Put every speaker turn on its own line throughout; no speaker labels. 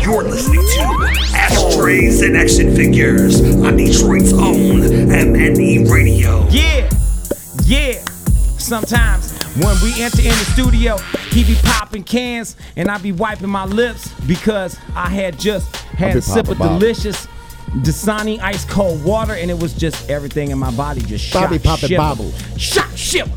You're listening to Ashtrays and Action Figures on Detroit's own MNE Radio.
Yeah, yeah. Sometimes when we enter in the studio, he be popping cans and I be wiping my lips because I had just had
be
a sip
popping
of
bottles.
delicious Dasani ice cold water and it was just everything in my body just shot
Bobby popping
shiver.
bobbles.
Shot shiver.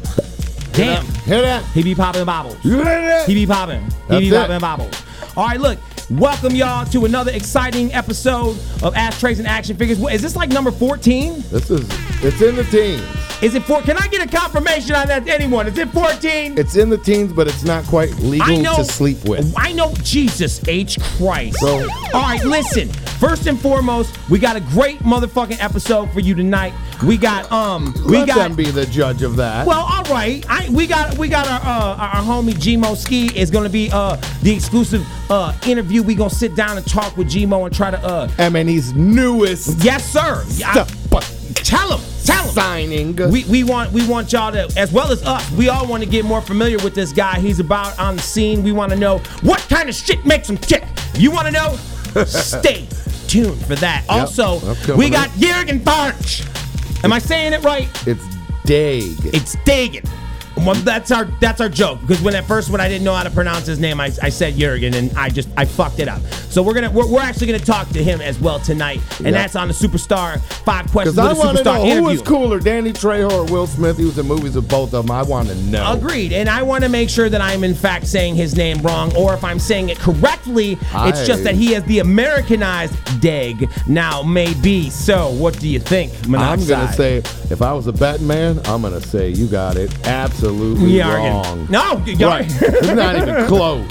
Damn.
Hear that?
He be popping bobbles.
You hear that?
He be popping. He
That's
be
it.
popping bobbles. All right, look. Welcome y'all to another exciting episode of Ashtrays and Action Figures. What, is this like number 14?
This is it's in the teens.
Is it four? Can I get a confirmation on that? Anyone? Is it 14?
It's in the teens, but it's not quite
I
legal
know.
to sleep with.
I know. Jesus H. Christ.
So-
All right, listen. First and foremost, we got a great motherfucking episode for you tonight. We got um. We
Let
got.
them be the judge of that.
Well, all right. I we got we got our uh, our- our homie Gmo Ski is gonna be uh the exclusive uh interview. We gonna sit down and talk with Gmo and try to uh
M&E's newest
yes sir. Yeah, I- tell him. Tell him.
signing.
We, we want we want y'all to as well as us. We all want to get more familiar with this guy. He's about on the scene. We want to know what kind of shit makes him tick. You want to know? Stay tuned for that. Also,
I'm coming
we
up.
got Jurgen Bartsch. Am I saying it right?
it's Dag.
It's Dagan. Well, that's our that's our joke because when at first when I didn't know how to pronounce his name, I, I said Jurgen and I just I fucked it up. So we're gonna we're, we're actually gonna talk to him as well tonight, and
Yeah.
that's on the superstar five questions
Because
with
I
a
want to
superstar
know who
interview.
is cooler, Danny Trejo or Will Smith. He was in movies with both of them. I want to know.
Agreed, and I want to make sure that I'm in fact saying his name wrong, or if I'm saying it correctly, it's just
Aye.
that he has the Americanized Dag now, maybe. So, what do you think,
I'm
Monoxide?
gonna say if I was a betting man, I'm gonna say you got it absolutely
Yargan.
wrong.
No, Yargan.
right. it's not even close.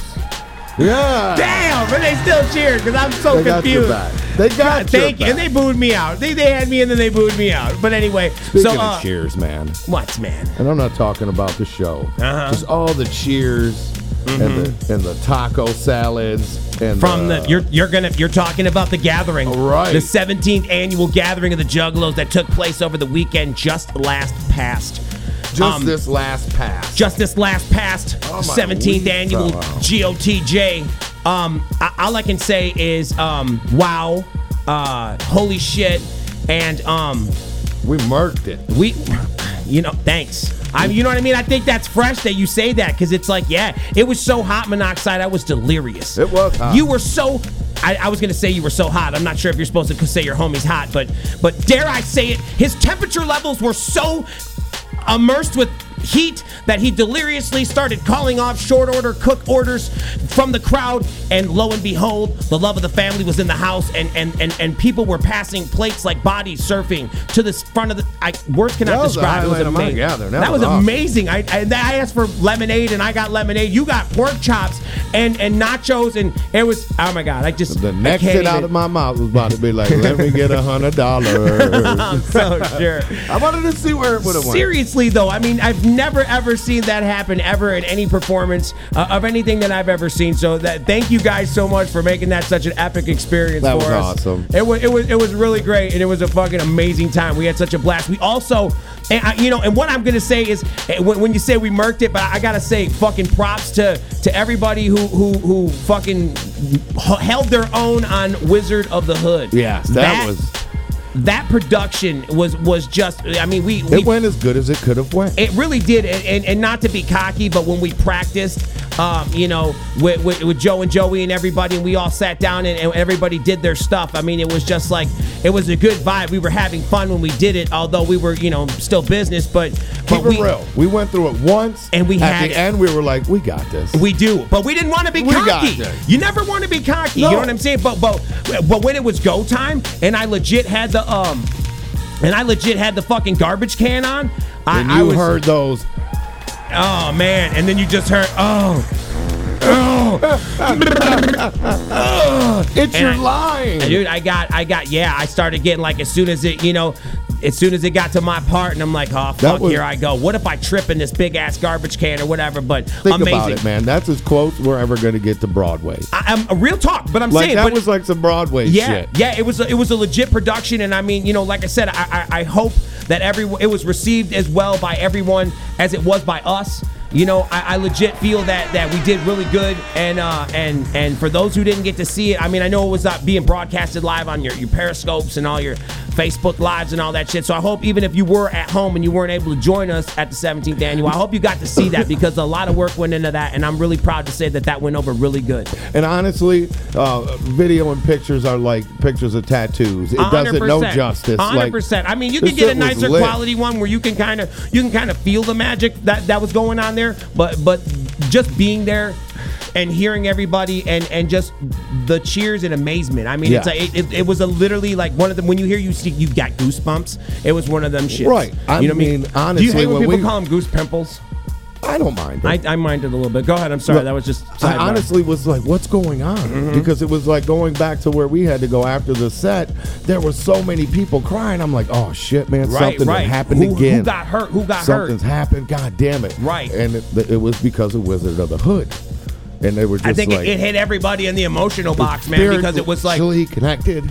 Yeah,
Damn, but they still cheered because I'm so
they got your
confused.
back. They got your
Thank you. And they
back.
booed me out. They, they had me and then they booed me out. But anyway,
Speaking
so uh,
of cheers, man,
what, man?
and I'm not talking about the show.
Uh-huh. Mm-hmm.
Just all the cheers and the and the taco salads and
From the you're you're gonna you're talking about the gathering,
Right.
The 17th annual gathering of the Juggalos that took place over the weekend just last past.
just
um,
this last pass.
just this last past
Oh, my
17th
wee
annual
fella.
GOTJ. Um, I, all I can say is um, wow, uh, holy shit, and um,
we murked it.
we, you know, thanks. I, you know what I mean? I think that's fresh that you say that because it's like, yeah, it was so hot monoxide, I was delirious.
It was hot.
You were so. I, I was gonna say you were so hot. I'm not sure if you're supposed to say your homie's hot, but but dare I say it, his temperature levels were so immersed with heat that he deliriously started calling off short order cook orders from the crowd and lo and behold the love of the family was in the house and and and, and people were passing plates like bodies surfing to the front of the I words cannot
That was the
describe it was
highlight of my
amazing
gathering. That
that was,
was awesome.
amazing I, I I asked for lemonade and I got lemonade you got pork chops and and nachos and it was oh my god I just
The
I
next
can't
hit out
even-
of my mouth was about to be like, "Let me get a hundred dollars."
I'm so sure
I wanted to see where it would have went.
Seriously though, I mean, I've never ever seen that happen ever in any performance uh, of anything that I've ever seen. So that thank you guys so much for making that such an epic experience
That
for
was
us.
awesome.
It was it was it was really great, and it was a fucking amazing time. We had such a blast. We also, and I, you know, and what I'm gonna say is eh, when, when you say we murked it, but I gotta say fucking props to to everybody who who who fucking held their own on Wizard of the Hood.
Yes, that, was.
that production was was just. I mean, we we
It went as good as it could have went.
it really did, and, and, and not to be cocky, but when we practiced, um, you know, with, with, with Joe and Joey and everybody, and we all sat down and, and everybody did their stuff. I mean, it was just like it was a good vibe. We were having fun when we did it, although we were, you know, still business, but
Keep
but we,
it real. We went through it once,
And we
at
had
the
it.
end. We were like, "We got this."
We do, but we didn't want to be
We got
cocky.
that.
You never want to be cocky. You
No.
know what I'm saying? But but but when it was go time, and I legit had the um, and I legit had the fucking garbage can on. I,
and
I
you
was,
heard those.
Oh man, and then you just heard oh. Oh,
It's your
I-
line.
dude, I got, I got, yeah. I started getting like as soon as it, you know, as soon as it got to my part, and I'm like, oh fuck,
was-
here I go. What if I trip in this big ass garbage can or whatever? But
Think
amazing,
about it, man. That's as close we're ever going to get to Broadway.
I, I'm real talk, but I'm
Like
saying,
that
but,
was like some Broadway
yeah,
shit.
yeah. It was, a, it was a legit production, and I mean, you know, like I said, I, I, I hope that everyone, it was received as well by everyone as it was by us. you know, I, I legit feel that that we did really good, and uh, and and for those who didn't get to see it, I mean, I know it was not being broadcasted live on your your Periscopes and all your Facebook lives and all that shit. So I hope even if you were at home and you weren't able to join us at the 17th annual, I hope you got to see that because a lot of work went into that, and I'm really proud to say that that went over really good.
And honestly, uh, video and pictures are like pictures of tattoos. It does it no
100%.
justice. Like,
100%. I mean, you
this
can get a
shit was
nicer
lit.
quality one where you can kind of you can kind of feel the magic that that was going on there, but but just being there and hearing everybody and and just the cheers and amazement. I mean, it's
Yeah.
a, it, it, it was a literally like one of them when you hear you see you got goosebumps. It was one of them shits.
Right. I
you know what I
mean,
mean? Do you
honestly,
hate when
when
people
we-
call them goose pimples?
I don't mind. it.
I, I minded a little bit. Go ahead. I'm sorry.
Look,
that was just
I
sidebar. Mm-hmm.
honestly was like, "What's going on?" Because it was like going back to where we had to go after the set. There were so many people crying. I'm like, "Oh shit, man!
Right,
something
right.
happened
Who- who
again.
got hurt? Who got hurt?
Something's happened. God damn it!
Right.
And it, it was because of Wizard of the Hood, and they were just
I think
like,
it, it hit everybody in the emotional box, man, because it was like
spiritually connected.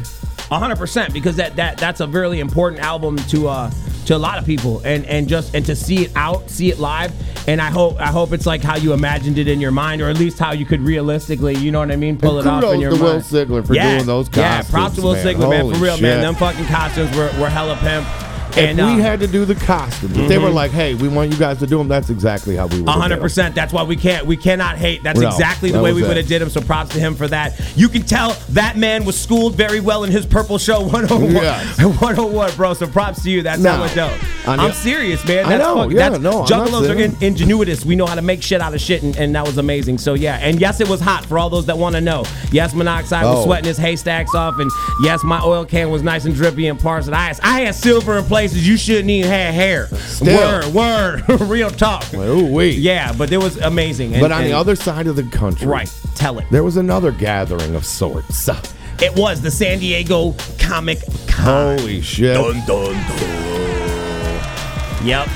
hundred percent because that that that's a really important album to uh to a lot of people and and just and to see it out, see it live, and I hope I hope it's like how you imagined it in your mind, or at least how you could realistically, you know what I mean, pull
And
it off in
kudos
your
to
mind.
Will Sigler for
yeah,
doing those
Yeah, props to Will
costumes,
Sigler, man,
Holy
for real, man.
shit.
Them fucking costumes were were hella pimp, and
And
uh, Mm-hmm.
we had to do the costumes. If They were like, "Hey, we want you guys to do them." That's exactly how we would.
A
have done
hundred
it.
percent. That's why we can't. We cannot hate. That's
No,
exactly the
that
way
was
we
it.
would have did him. So props to him for that. You can tell that man was schooled very well in his purple show 101.
Yes.
101, bro. So props to you. That's
No.
how much dope.
I know.
I'm serious, man.
I
That's
know.
fuck-
Yeah,
that's,
no, I'm not
Juggalos are in,
saying-
ingenuitous. We know how to make shit out of shit, and, and that was amazing. So yeah, and yes, it was hot for all those that want to know. Yes, monoxide was
Oh.
sweating his haystacks off, and yes, my oil can was nice and drippy in parts. And I had, I had silver in places you shouldn't even have hair.
Still.
Word, word, real talk.
Like, ooh, wait.
Yeah, but it was amazing. And-
But on the
and-
other side of the country,
right, tell it.
There was another gathering of sorts.
It was the San Diego Comic Con.
Holy shit!
Dun dun dun.
Yep.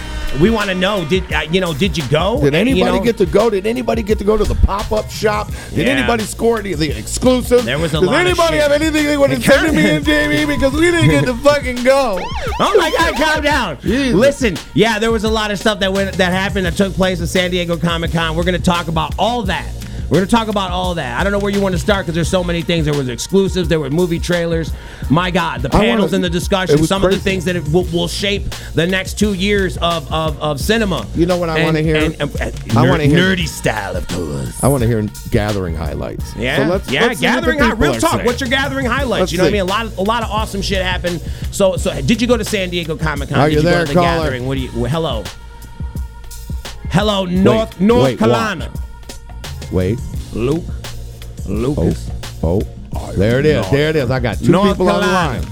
We want to know. Did uh, you know? Did you go?
Did
Uh,
anybody
you know,
get to go? Did anybody get to go to the pop-up shop? Did
Yeah.
anybody score any of the exclusives?
There was a
Does
lot of
anybody
shit.
have anything they want to send to me and Jamie because we didn't get to fucking go?
Oh my God! Calm down.
Jesus.
Listen, yeah, there was a lot of stuff that went that happened that took place at San Diego Comic Con. We're gonna talk about all that. We're gonna talk about all that. I don't know where you want to start because there's so many things. There was exclusives. There were movie trailers. My God, the
I wanna-
panels and the
it
discussion.
was
Some of the
crazy.
things that it will, will shape the next two years of of, of cinema.
You know what I
And-
wanna hear?
and- and- and
I
ner-
wanna hear-
nerdy style, of course.
I want to hear gathering highlights.
Yeah,
So let's,
yeah.
let's see what the
gathering high,
people
real
are
talk.
saying.
What's your gathering highlights?
Let's
you know what I
see.
mean? A lot, of, a lot of awesome shit happened. So, so did you go to San Diego Comic Con?
Are
did
you
you
there,
go to the
caller?
gathering? What do you? Well, hello, hello, North
Wait,
North
wait,
Carolina.
Wait.
Luke, Lucas,
Oh, there it is. There it is. I got two
North
people
Carolina.
on the line.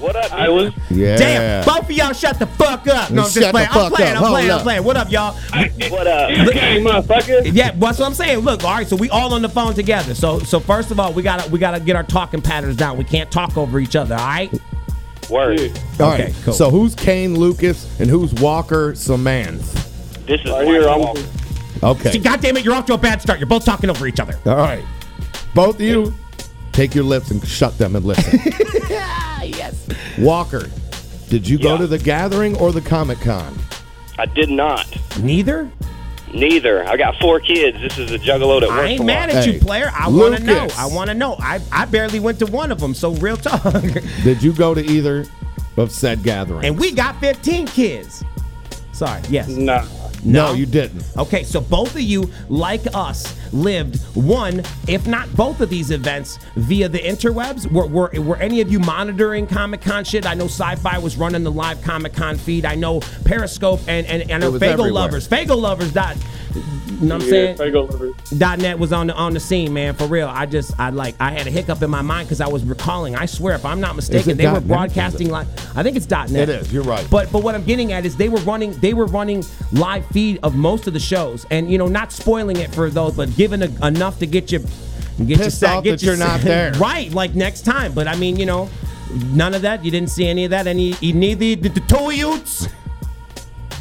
What up? I was.
Yeah.
Damn, both of y'all shut the fuck up. No, I'm just
Shut the
playing. I'm
fuck
playing.
up.
I'm
Hold
playing. I'm
up.
playing. What up, y'all?
What up? Hey, motherfucker.
Yeah, that's what I'm saying. Look, all right, so we all on the phone together. So, so first of all, we gotta we gotta get our talking patterns down. We can't talk over each other. All right.
Word.
All
Okay,
right.
cool.
So who's Kane Lucas and who's Walker Samans?
This is right here. I'm
Okay.
See, God damn it, you're off to a bad start. You're both talking over each other.
All right. Both of you, take your lips and shut them and listen. yes. Walker, did you go
Yeah.
to the gathering or the Comic Con?
I did not.
Neither?
Neither. I got four kids. This is a juggalo that works.
I ain't
a
mad
lot.
at
Hey,
you, player. I want to
Lucas.
know. I want to know. I, I barely went to one of them, so real talk.
Did you go to either of said gathering?
and we got 15 kids. Sorry, yes.
Nah.
no, you didn't.
Okay, so both of you, like us, lived one, if not both of these events via the interwebs. Were, were, were any of you monitoring Comic Con shit? I know Sci Fi was running the live Comic Con feed. I know Periscope and, and, and I know
was
Fago
everywhere.
Lovers. Fago Lovers. Dot, you know what I'm saying? Dot net was on the on the scene, man. For real, I just I like I had a hiccup in my mind because I was recalling. I swear, if I'm not mistaken, they
dot
were
net?
broadcasting live. I think it's dot net.
It is, you're right.
But but what I'm getting at is they were running they were running live feed of most of the shows, and you know not spoiling it for those, but giving a, enough to get you get you
Pissed
set,
off
get
that
you
you're not
set-
there.
right? Like next time. But I mean, you know, none of that. You didn't see any of that. Any neither did the two youths.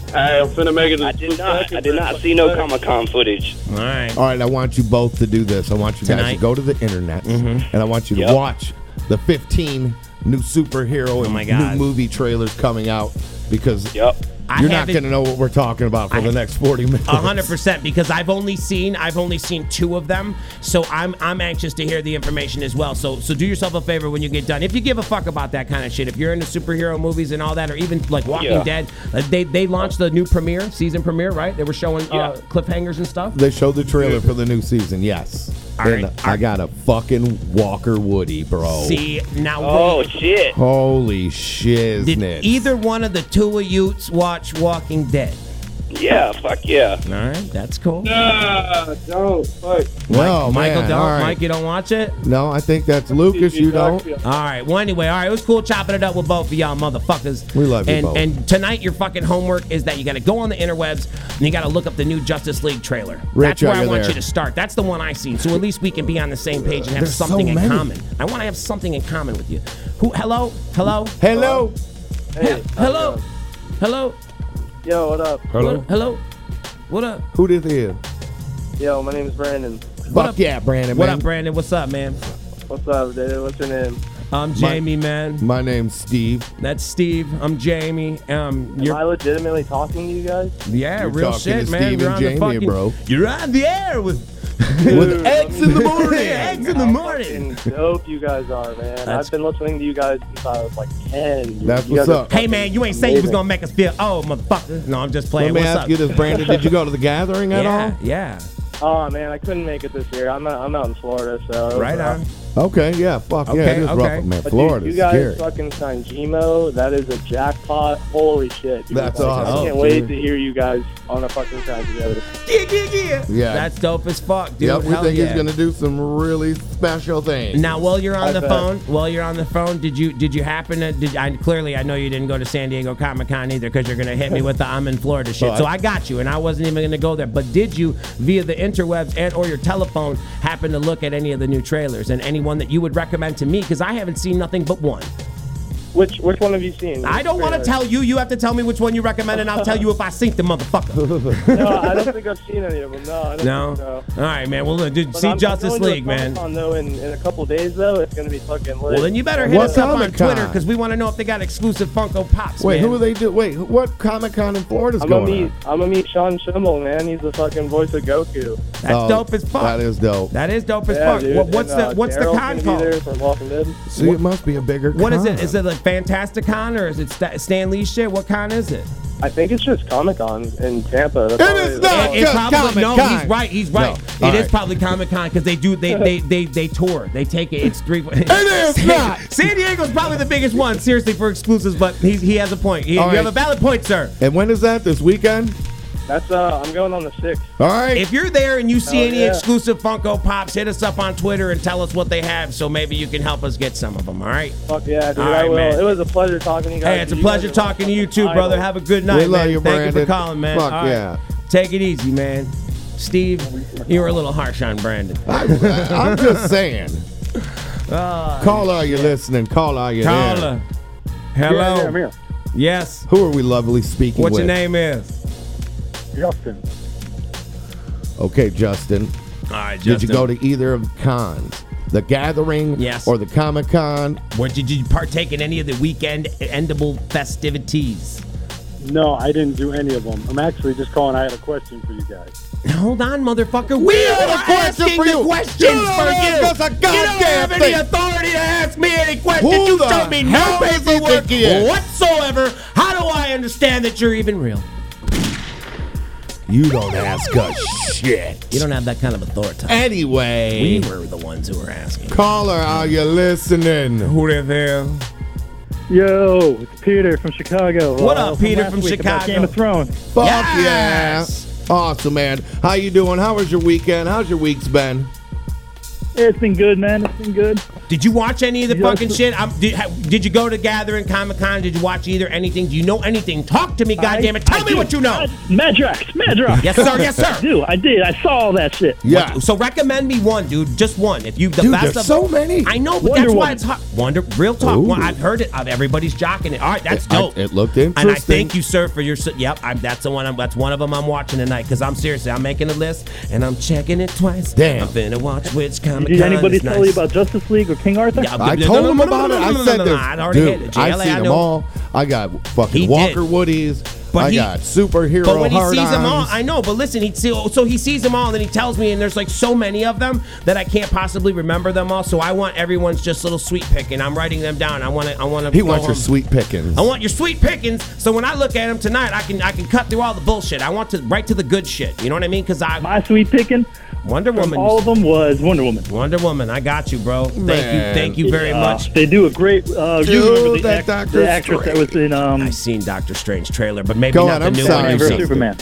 Hey, I'm finna make it.
I did not. I did not see no Comic Con footage.
All right.
All right, I want you both to do this. I want you guys
Tonight? Mm-hmm.
to go to the internet and I want you to
Yep.
watch the 15 new superhero and
Oh my God.
new movie trailers coming out because
Yep.
I
You're not
haven't-
going to know what we're talking about for
I-
the next 40 minutes.
A hundred percent, because I've only seen I've only seen two of them, so I'm I'm anxious to hear the information as well. So so do yourself a favor when you get done. If you give a fuck about that kind of shit, if you're into superhero movies and all that, or even like Walking
Yeah.
Dead, uh, they they launched the new premiere season premiere, right? They were showing uh,
Yeah.
cliffhangers and stuff.
They showed the trailer for the new season, yes.
All
and
right.
I got a fucking Walker Woody, bro.
See now,
Oh
wait,
shit!
Holy shiznit.
did e- either one of the two of you's watch Walking Dead?
Yeah, fuck yeah.
All right, that's cool.
Ah, don't. Fuck.
no,
Michael,
man,
don't.
all right.
Mike, you don't watch it.
No, I think that's Lucas. You don't.
All right. Well, anyway, all right. It was cool chopping it up with both of y'all, motherfuckers.
We love you
and,
both.
And tonight, your fucking homework is that you got to go on the interwebs and you got to look up the new Justice League trailer. That's
Rich,
where
are
I
you
want
there?
you to start. That's the one I seen. So at least we can be on the same page and have
There's so
something in
many.
common. I want to have something in common with you. Who? Hello. Hello.
Hello.
Hey,
Hello. Hello.
Yo, what up?
What- Hello. What up?
Who this is?
Yo, my name is Brandon.
Fuck
up?
yeah, Brandon.
What
man.
up, Brandon? What's up, man?
What's up, dude? What's your name?
I'm Jamie, man.
My name's Steve.
That's Steve. I'm Jamie. Um,
Am
you're
I legitimately talking to you guys?
yeah,
You're
real
talking
shit,
to
man.
Steve
you're
and
on
Jamie,
the fucking,
bro.
You're on the air with
With eggs in the morning.
Eggs in the morning.
Fucking dope you guys are, man.
That's-
I've been listening to you guys since I was like 10. dude.
That's
You guys
what's
are
up.
Hey man, you ain't oh, saying you was
Amazing.
gonna make us feel old, motherfucker. No, I'm just
Let
playing.
me
What's
ask
up?
you this, Brandon. Did you go to the gathering at
yeah, yeah.
Oh man, I couldn't make it this year. I'm out, I'm out in Florida, so it was
Right
rough.
on.
all? Okay, yeah. Fuck yeah,
Okay,
it is
okay.
rough, man.
But
Florida's
dude, you guys
scary.
fucking signed Gmo. That is a jackpot. Holy shit! dude.
That's
Like,
awesome,
I can't
dude.
wait to hear you guys on a fucking track together.
Yeah, yeah, yeah.
Yeah.
That's dope as fuck, dude.
Yep, we
Hell
think
yeah.
he's gonna do some really special things.
Now, while you're on
I
the
bet.
phone, while you're on the phone, did you did you happen to? Did, I clearly I know you didn't go to San Diego Comic Con either because you're gonna hit me with the I'm in Florida shit.
Oh, I-
so I got you, and I wasn't even gonna go there. But did you, via the interwebs and or your telephone, happen to look at any of the new trailers and anyone that you would recommend to me? Because I haven't seen nothing but one.
Which which one have you seen?
I don't want to tell you. You have to tell me which one you recommend, and I'll tell you if I sink the motherfucker.
No, Uh, I don't think I've seen any of them. No, I don't
No.
Think so.
All right, man. Well, look, dude,
But
see
I'm- I'm
Justice
going to a
League, man.
Comic-Con, though, in, in a couple days though, it's gonna be fucking. Lit.
Well, then you better hit
What
us up on
Comic-Con?
Twitter because we want to know if they got exclusive Funko Pops.
wait,
man.
who are they do? Wait, who- what Comic Con in Florida's
I'm gonna
going
meet.
on?
I'm gonna meet Sean Schimmel, man. He's the fucking voice of Goku.
That's
Oh,
dope as fuck.
That is dope.
That is dope as
Yeah,
fuck.
dude.
What, what's
And,
the
uh,
what's the
Daryl's
con
gonna be
called?
there from Walking Dead.
See, it must be a bigger.
What is it?
con.
Is it like Fantasticon or is it Sta Stan Lee shit? What con is it?
I think it's just Comic Con in Tampa. That's
It
all
is
it-
not!
that's all
It-
it-
it
just
probably no.
Comic-Con.
He's right. He's
No.
right. It is
All right.
probably Comic Con because they do they they they they tour. They take it. It's three. It
is not.
San Diego's probably the biggest one. Seriously, for exclusives, but he's, he has a point. He, you
All right.
have a valid point, sir.
And when is that? This weekend?
That's uh, I'm going on the sixth.
All right.
If you're there and you see
Hell
any
yeah.
exclusive Funko Pops, hit us up on Twitter and tell us what they have, so maybe you can help us get some of them. All right.
Fuck yeah, dude!
All right,
I will.
man.
It was a pleasure talking to you guys.
Hey, it's a
You
pleasure
guys are
talking to you too,
my
brother.
idol.
Have a good night,
love
man.
you,
Thank you for
Brandon.
calling, man.
Fuck,
All right.
yeah.
Take it easy, man. Steve, you were a little harsh on Brandon.
I, am just saying.
Ah,
call all you listening. Call all you there.
Caller. Hello.
Yeah, yeah, I'm here.
Yes.
Who are we lovely speaking
What
with?
your name is?
Justin.
Okay, Justin.
All right,
Did you go to either of the cons? The Gathering
Yes.
or the Comic Con?
Where did you partake in any of the weekend endable festivities?
No, I didn't do any of them. I'm actually just calling. I had a question for you guys.
Hold on, motherfucker. We,
have a
are
question
asking
for
the
you.
questions
You don't
for
ask
you.
us a
you don't
goddamn
have any
thing.
authority to ask me any questions.
Who
you
the
show me no
hell does he
paperwork
think he is?
whatsoever. How do I understand that you're even real?
You don't ask us shit.
You don't have that kind of authority.
Anyway,
We were the ones who were asking.
caller, are you listening?
Who the hell?
Yo, it's Peter from Chicago.
What
Uh,
up, Peter
last
from
week about
Chicago?
Game of Thrones.
Fuck
Yes.
yeah! Awesome, man. How you doing? How was your weekend? How's your week's been?
It's been good, man. It's been good.
Did you watch any of the
Yes.
fucking shit? Um, did, ha- did you go to Gathering, Comic Con? Did you watch either anything? Do you know anything? Talk to me, goddammit. Tell
I
me
did.
what you know.
I- Madrox, Madrox.
Yes, sir. Yes,
I
sir.
do. I did. I saw all that shit.
Yeah.
So recommend me one, dude. Just one. If you the
Dude,
best
there's
of
so many.
I know, but
Wonder
that's why
Woman.
it's hot. Wonder, real talk.
Ooh.
Well, I've heard it. Uh, Everybody's jocking it. All right, that's
It- I-
dope.
it looked
And I
interesting.
thank you, sir, for your. su- Yep, I'm, that's the one. I'm, that's one of them I'm watching tonight. Because I'm seriously, I'm making a list and I'm checking it twice.
Damn.
I'm finna watch which comic.
Did anybody
is
tell
nice.
you about Justice League or King Arthur?
Yeah,
I
No,
told
no,
him
no, no,
about
no,
it.
no,
I
no, no,
said
no,
there's,
I already
dude,
hit it. JLA,
I
I
seen them
know.
all. I got
He
fucking
did.
Walker Woodies.
But
I
he-
got superhero
But when he
hard
sees them all,
ons.
I know. But listen, he see, so he sees them all, and then he tells me, and there's like so many of them that I can't possibly remember them all. So I want everyone's just little sweet pick, and I'm writing them down. I want to. I want to.
He wants your sweet pickings.
I want your sweet pickings, so when I look at them tonight, I can I can cut through all the bullshit. I want to right to the good shit. You know what I mean? Because I
My sweet picking,
Wonder Woman,
all of them was Wonder Woman.
Wonder Woman, I got you, bro. Thank you,
Man.
thank you very
Uh,
much.
They do a great. Uh,
Do
you remember the,
that
act-
Dr.
the actress that was in um,
I seen Doctor Strange trailer, but maybe
Go
not
on,
the
I'm
new
sorry.
one.
versus
I've seen.
Superman.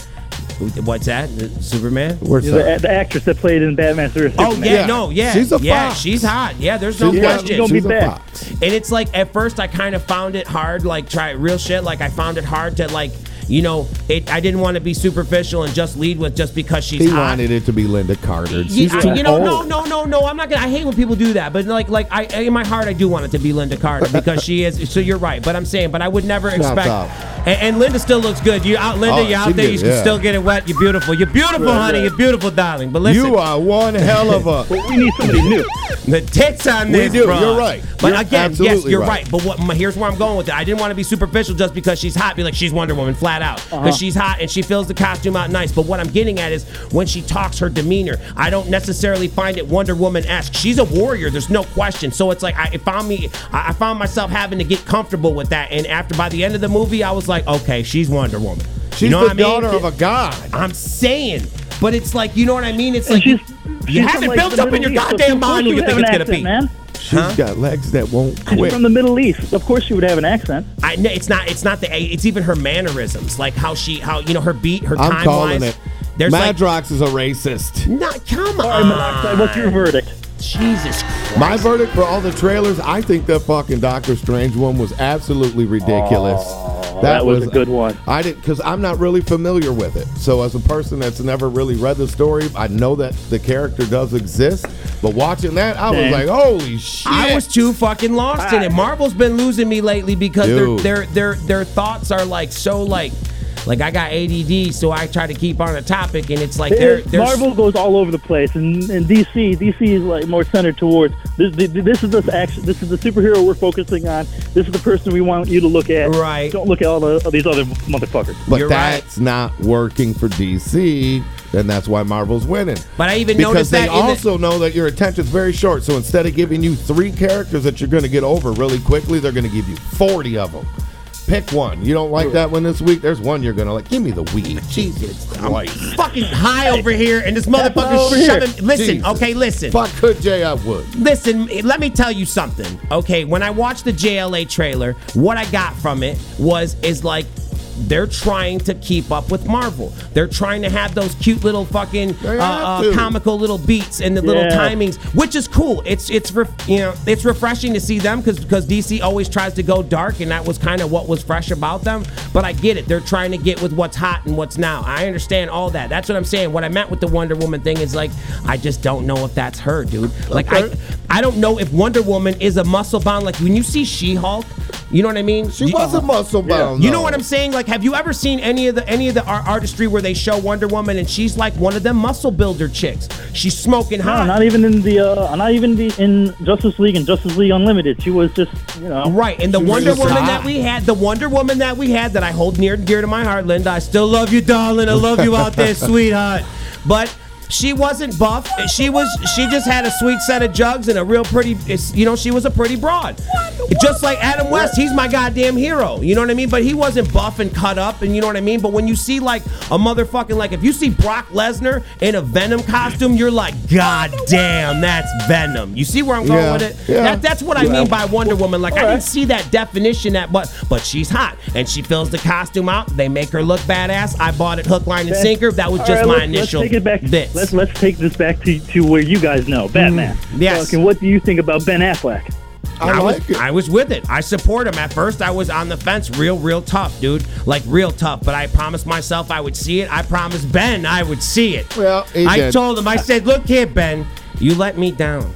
What's that? Superman?
We're
The,
sorry.
the actress that played in Batman vs.
Oh
Superman.
yeah,
Yeah.
no, yeah,
She's a
yeah,
fox.
she's hot. Yeah, there's no
She's got-
question.
Gonna be
she's a
back.
fox.
And it's like at first I kind of found it hard, like try real shit. Like I found it hard to like, you know, it. I didn't want to be superficial and just lead with just because she's
He
hot.
wanted it to be Linda Carter.
Yeah,
She's
I-
too
you know, no,
old.
no, no, no. I'm not gonna. I hate when people do that, but like, like I in my heart, I do want it to be Linda Carter because she is. So you're right, but I'm saying, but I would never expect.
up.
And, and Linda still looks good. You out, Linda?
Oh,
you
she
out there?
did,
you can
yeah.
still get it wet. You're beautiful. You're beautiful, honey. You're beautiful, darling. But listen,
You are one hell of a.
We need somebody new.
the tits on
We
this,
do.
bruh.
You're right.
But
You're
again, yes,
absolutely
you're right.
right.
But what? My, here's where I'm going with it. I didn't want to be superficial just because she's hot. Be like she's Wonder Woman, flat out, because
Uh-huh.
she's hot and she fills the costume out nice. But what I'm getting at is when she talks, her demeanor. I don't necessarily find it Wonder Woman esque. She's a warrior. There's no question. So it's like I it found me. I, I found myself having to get comfortable with that. And after by the end of the movie, I was like, okay, she's Wonder Woman.
She's
you know
the
what I mean?
daughter of a god.
I'm saying. But it's like, you know what I mean? It's
And
like
she's,
you
she's
haven't
from, like,
built
the
up in your
Middle East, so
goddamn
of course
mind
she
who
would
you
have
think
an
it's gonna
accent,
be.
Man,
She's got legs that won't
she's
quit.
from the Middle East. Of course, she would have an accent.
I no, it's not it's not the it's even her mannerisms, like how she how you know her beat her
I'm
time
calling
wise.
it.
There's
Madrox
like
is a racist.
not come
All right, Monoxide,
on.
what's your verdict?
Jesus Christ.
My verdict for all the trailers, I think that fucking Doctor Strange one was absolutely ridiculous.
Oh, that was a good one.
I didn't because I'm not really familiar with it. So as a person that's never really read the story, I know that the character does exist. But watching that, I was
Same.
like, holy shit!
I was too fucking lost in it. Marvel's been losing me lately because their
Dude.
their their their thoughts are like so like like I got ADD, so I try to keep on a topic, and it's like they're,
It-
they're
Marvel goes all over the place, and, and DC, DC is like more centered towards this. This, this is this action. This is the superhero we're focusing on. This is the person we want you to look at.
Right.
Don't look at all, the, all Oh, these other motherfuckers.
but
You're right.
that's not working for DC, and that's why Marvel's winning.
But I even
because
noticed
they
that in the-
also know that your attention's very short. So instead of giving you three characters that you're going to get over really quickly, they're going to give you 40 of them. Pick one. You don't like that one this week? There's one you're going to like. Give me the weed. Jesus Christ.
fucking high over here, and this
over
motherfucker
here.
shoving. Listen,
Jesus.
okay, listen.
Fuck could J. I would.
Listen, let me tell you something. Okay, when I watched the JLA trailer, what I got from it was is like they're trying to keep up with Marvel. They're trying to have those cute little fucking uh,
They have
uh,
to.
comical little beats and the little
Yeah.
timings, which is cool. It's it's ref, you know it's refreshing to see them because because DC always tries to go dark, and that was kind of what was fresh about them. But I get it. They're trying to get with what's hot and what's now. I understand all that. That's what I'm saying. What I meant with the Wonder Woman thing is like I just don't know if that's her, dude. Like
Okay.
I I don't know if Wonder Woman is a muscle bound. Like when you see She Hulk, you know what I mean.
She
You-
was a muscle bound.
you know what I'm saying? Like, have you ever seen any of the any of the ar- artistry where they show Wonder Woman and she's like one of them muscle builder chicks? She's smoking
No,
hot.
not even in the. Uh, not even the, in Justice League and Justice League Unlimited. She was just you know.
Right, and the
was
Wonder
just
Woman
hot.
that we had, the Wonder Woman that we had, that I hold near and dear to my heart, Linda. I still love you, darling. I love you out there, sweetheart. But she wasn't buff. She was. She just had a sweet set of jugs and a real pretty. it's- You know, she was a pretty broad. Just like Adam West, he's my goddamn hero. You know what I mean? But he wasn't buff and cut up, and you know what I mean. But when you see like a motherfucking like, if you see Brock Lesnar in a Venom costume, you're like, God damn, that's Venom. You see where I'm going
Yeah,
with it?
yeah.
That, that's what I mean by Wonder Woman. Like I didn't see that definition that but but she's hot and she fills the costume out. They make her look badass. I bought it hook, line, and sinker. That was
All
just
right,
my
let's,
initial
Let's take it back.
bits. Mm.
Let's let's take this back to, to where you guys know Batman.
yes.
Fucking, what do you think about Ben Affleck?
I,
was,
like it.
I was with it. I support him. At first, I was on the fence, real, real tough, dude. Like, real tough. But I promised myself I would see it. I promised Ben I would see it.
Well, he
I
did.
told him, I said, look here, Ben, you let me down.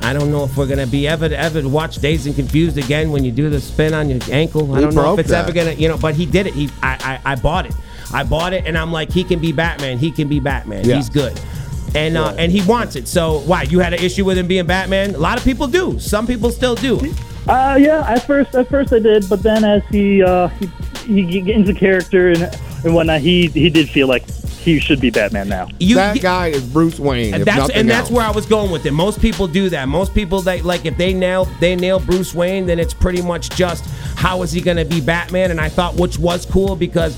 I don't know if we're gonna be ever to ever watch Days and Confused again when you do the spin on your ankle. I
He
don't know if
broke
it's
that.
ever gonna, you know. But he did it. He, I, I, I bought it. I bought it, and I'm like, he can be Batman. He can be Batman.
Yeah.
He's good. And, uh, and he wants it. So why you had an issue with him being Batman? A lot of people do. Some people still do.
Uh, yeah. At first, at first I did, but then as he uh, he he g- get into character and and whatnot. He he did feel like he should be Batman now.
You
that
get-
guy is Bruce Wayne.
And
if
that's
nothing
and that's
else.
where I was going with it. Most people do that. Most people they like if they nail they nail Bruce Wayne, then it's pretty much just how is he gonna be Batman? And I thought which was cool because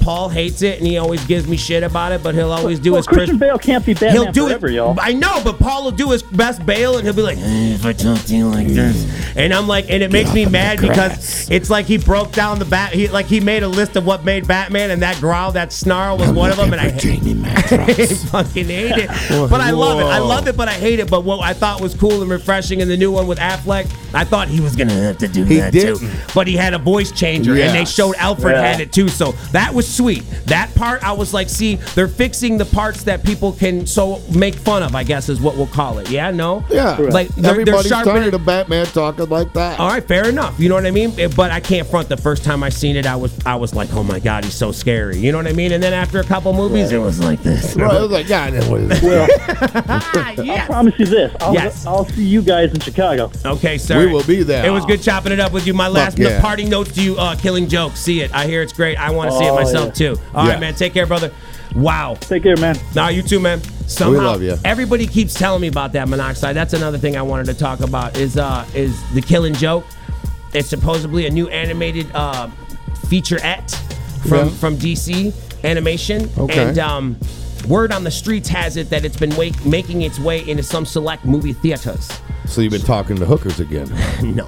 Paul hates it and he always gives me shit about it, but he'll always do
well,
his
Christian Bale can't be Batman
He'll do
forever,
it.
y'all.
I know, but Paul will do his best bail, and he'll be like, "Eh, "If I talk to you like this," and I'm like, and it makes me mad because it's like he broke down the bat. He like he made a list of what made Batman, and that growl, that snarl was one of them, and I fucking hate it. But I love it. I love it, but I hate it. But what I thought was cool and refreshing in the new one with Affleck, I thought he was gonna have to do
He
that too.
didn't.
But he had a voice changer, and they
Yes.
showed Alfred
Yeah.
had it too. So that was sweet. That part I was like, see, they're fixing the parts that people can so make fun of. I guess is what we'll call it. Yeah, no,
Yeah,
like they're, Oh. they're
everybody's
sharpening.
tired of Batman talking like that.
All right, fair enough. You know what I mean. Eh, But I can't front. The first time I seen it, I was I was like, oh my god, he's so scary. You know what I mean. And then after a couple movies, it was like this.
Right, I was like, yeah, I know what it is.
Ah, yes.
promise you this. I'll,
Yes.
I'll see you guys in Chicago.
Okay, sir.
We will be there.
It was good chopping it up with you. My last
yeah.
parting note to you, uh, Killing Joke. See it. I hear it's great. I want to see it
Oh,
myself too. All right,
Yeah.
man. Take care, brother. Wow.
Take care, man.
Nah, you too, man. Somehow,
love ya.
everybody keeps telling me about that monoxide. That's another thing I wanted to talk about is uh is the Killing Joke. It's supposedly a new animated uh, featurette from
Yeah.
from DC Animation,
Okay.
and um, word on the streets has it that it's been wa- making its way into some select movie theaters.
So you've been talking to hookers again.
No,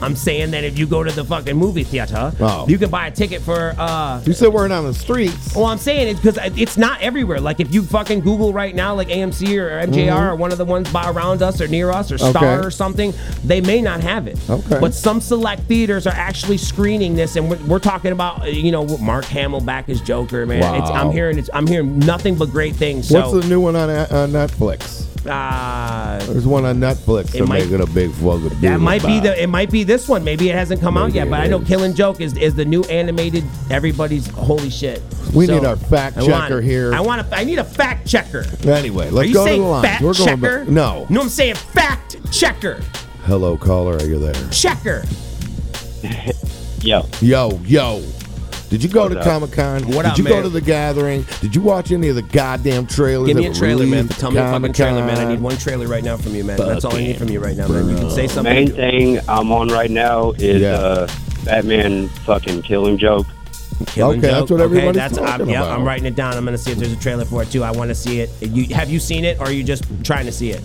I'm saying that if you go to the fucking movie theater,
Oh.
you can buy a ticket for. uh
You said we're not on the streets.
Well, I'm saying it's because it's not everywhere. Like if you fucking Google right now, like AMC or MJR or one of the ones by around us or near us or Star
Mm-hmm. Okay.
or something, they may not have it.
Okay.
But some select theaters are actually screening this, and we're, we're talking about uh, you know Mark Hamill back as Joker, man. It's, I'm
Wow.
hearing it's, I'm hearing nothing but great things.
What's
So
the new one on, uh, on Netflix?
uh,
There's one on Netflix. They're
might-
making a big fucking deal
That might be
about.
the. It might be this one. Maybe it hasn't come out
Maybe
yet, but
it
I know
is.
Killing Joke is is the new animated. Everybody's holy shit.
We need our fact
I want-
checker here.
I want. A, I need a fact checker.
Anyway,
Are
let's
you
go to
saying
the lines.
fact
we're going
checker?
back. No.
No, I'm saying fact checker.
Hello, caller. Are you there?
Checker.
Yo,
Yo, yo. Did you go to
up?
Comic Con? Did
What up,
you
man?
go to the gathering? Did you watch any of the goddamn trailers?
Give me
that
a
were
trailer, man.
released
Tell me a fucking trailer, man. I
Comic-Con?
need one trailer right now from you, man. That's all I need from you right now, man. You can say something.
main thing I'm on right now is
Yeah.
uh, Batman fucking killing joke.
Killing
Okay,
Joke.
that's what everybody's
I'm,
talking
yeah,
about.
I'm writing it down. I'm gonna see if there's a trailer for it too. I want to see it. You, have you seen it, or are you just trying to see it?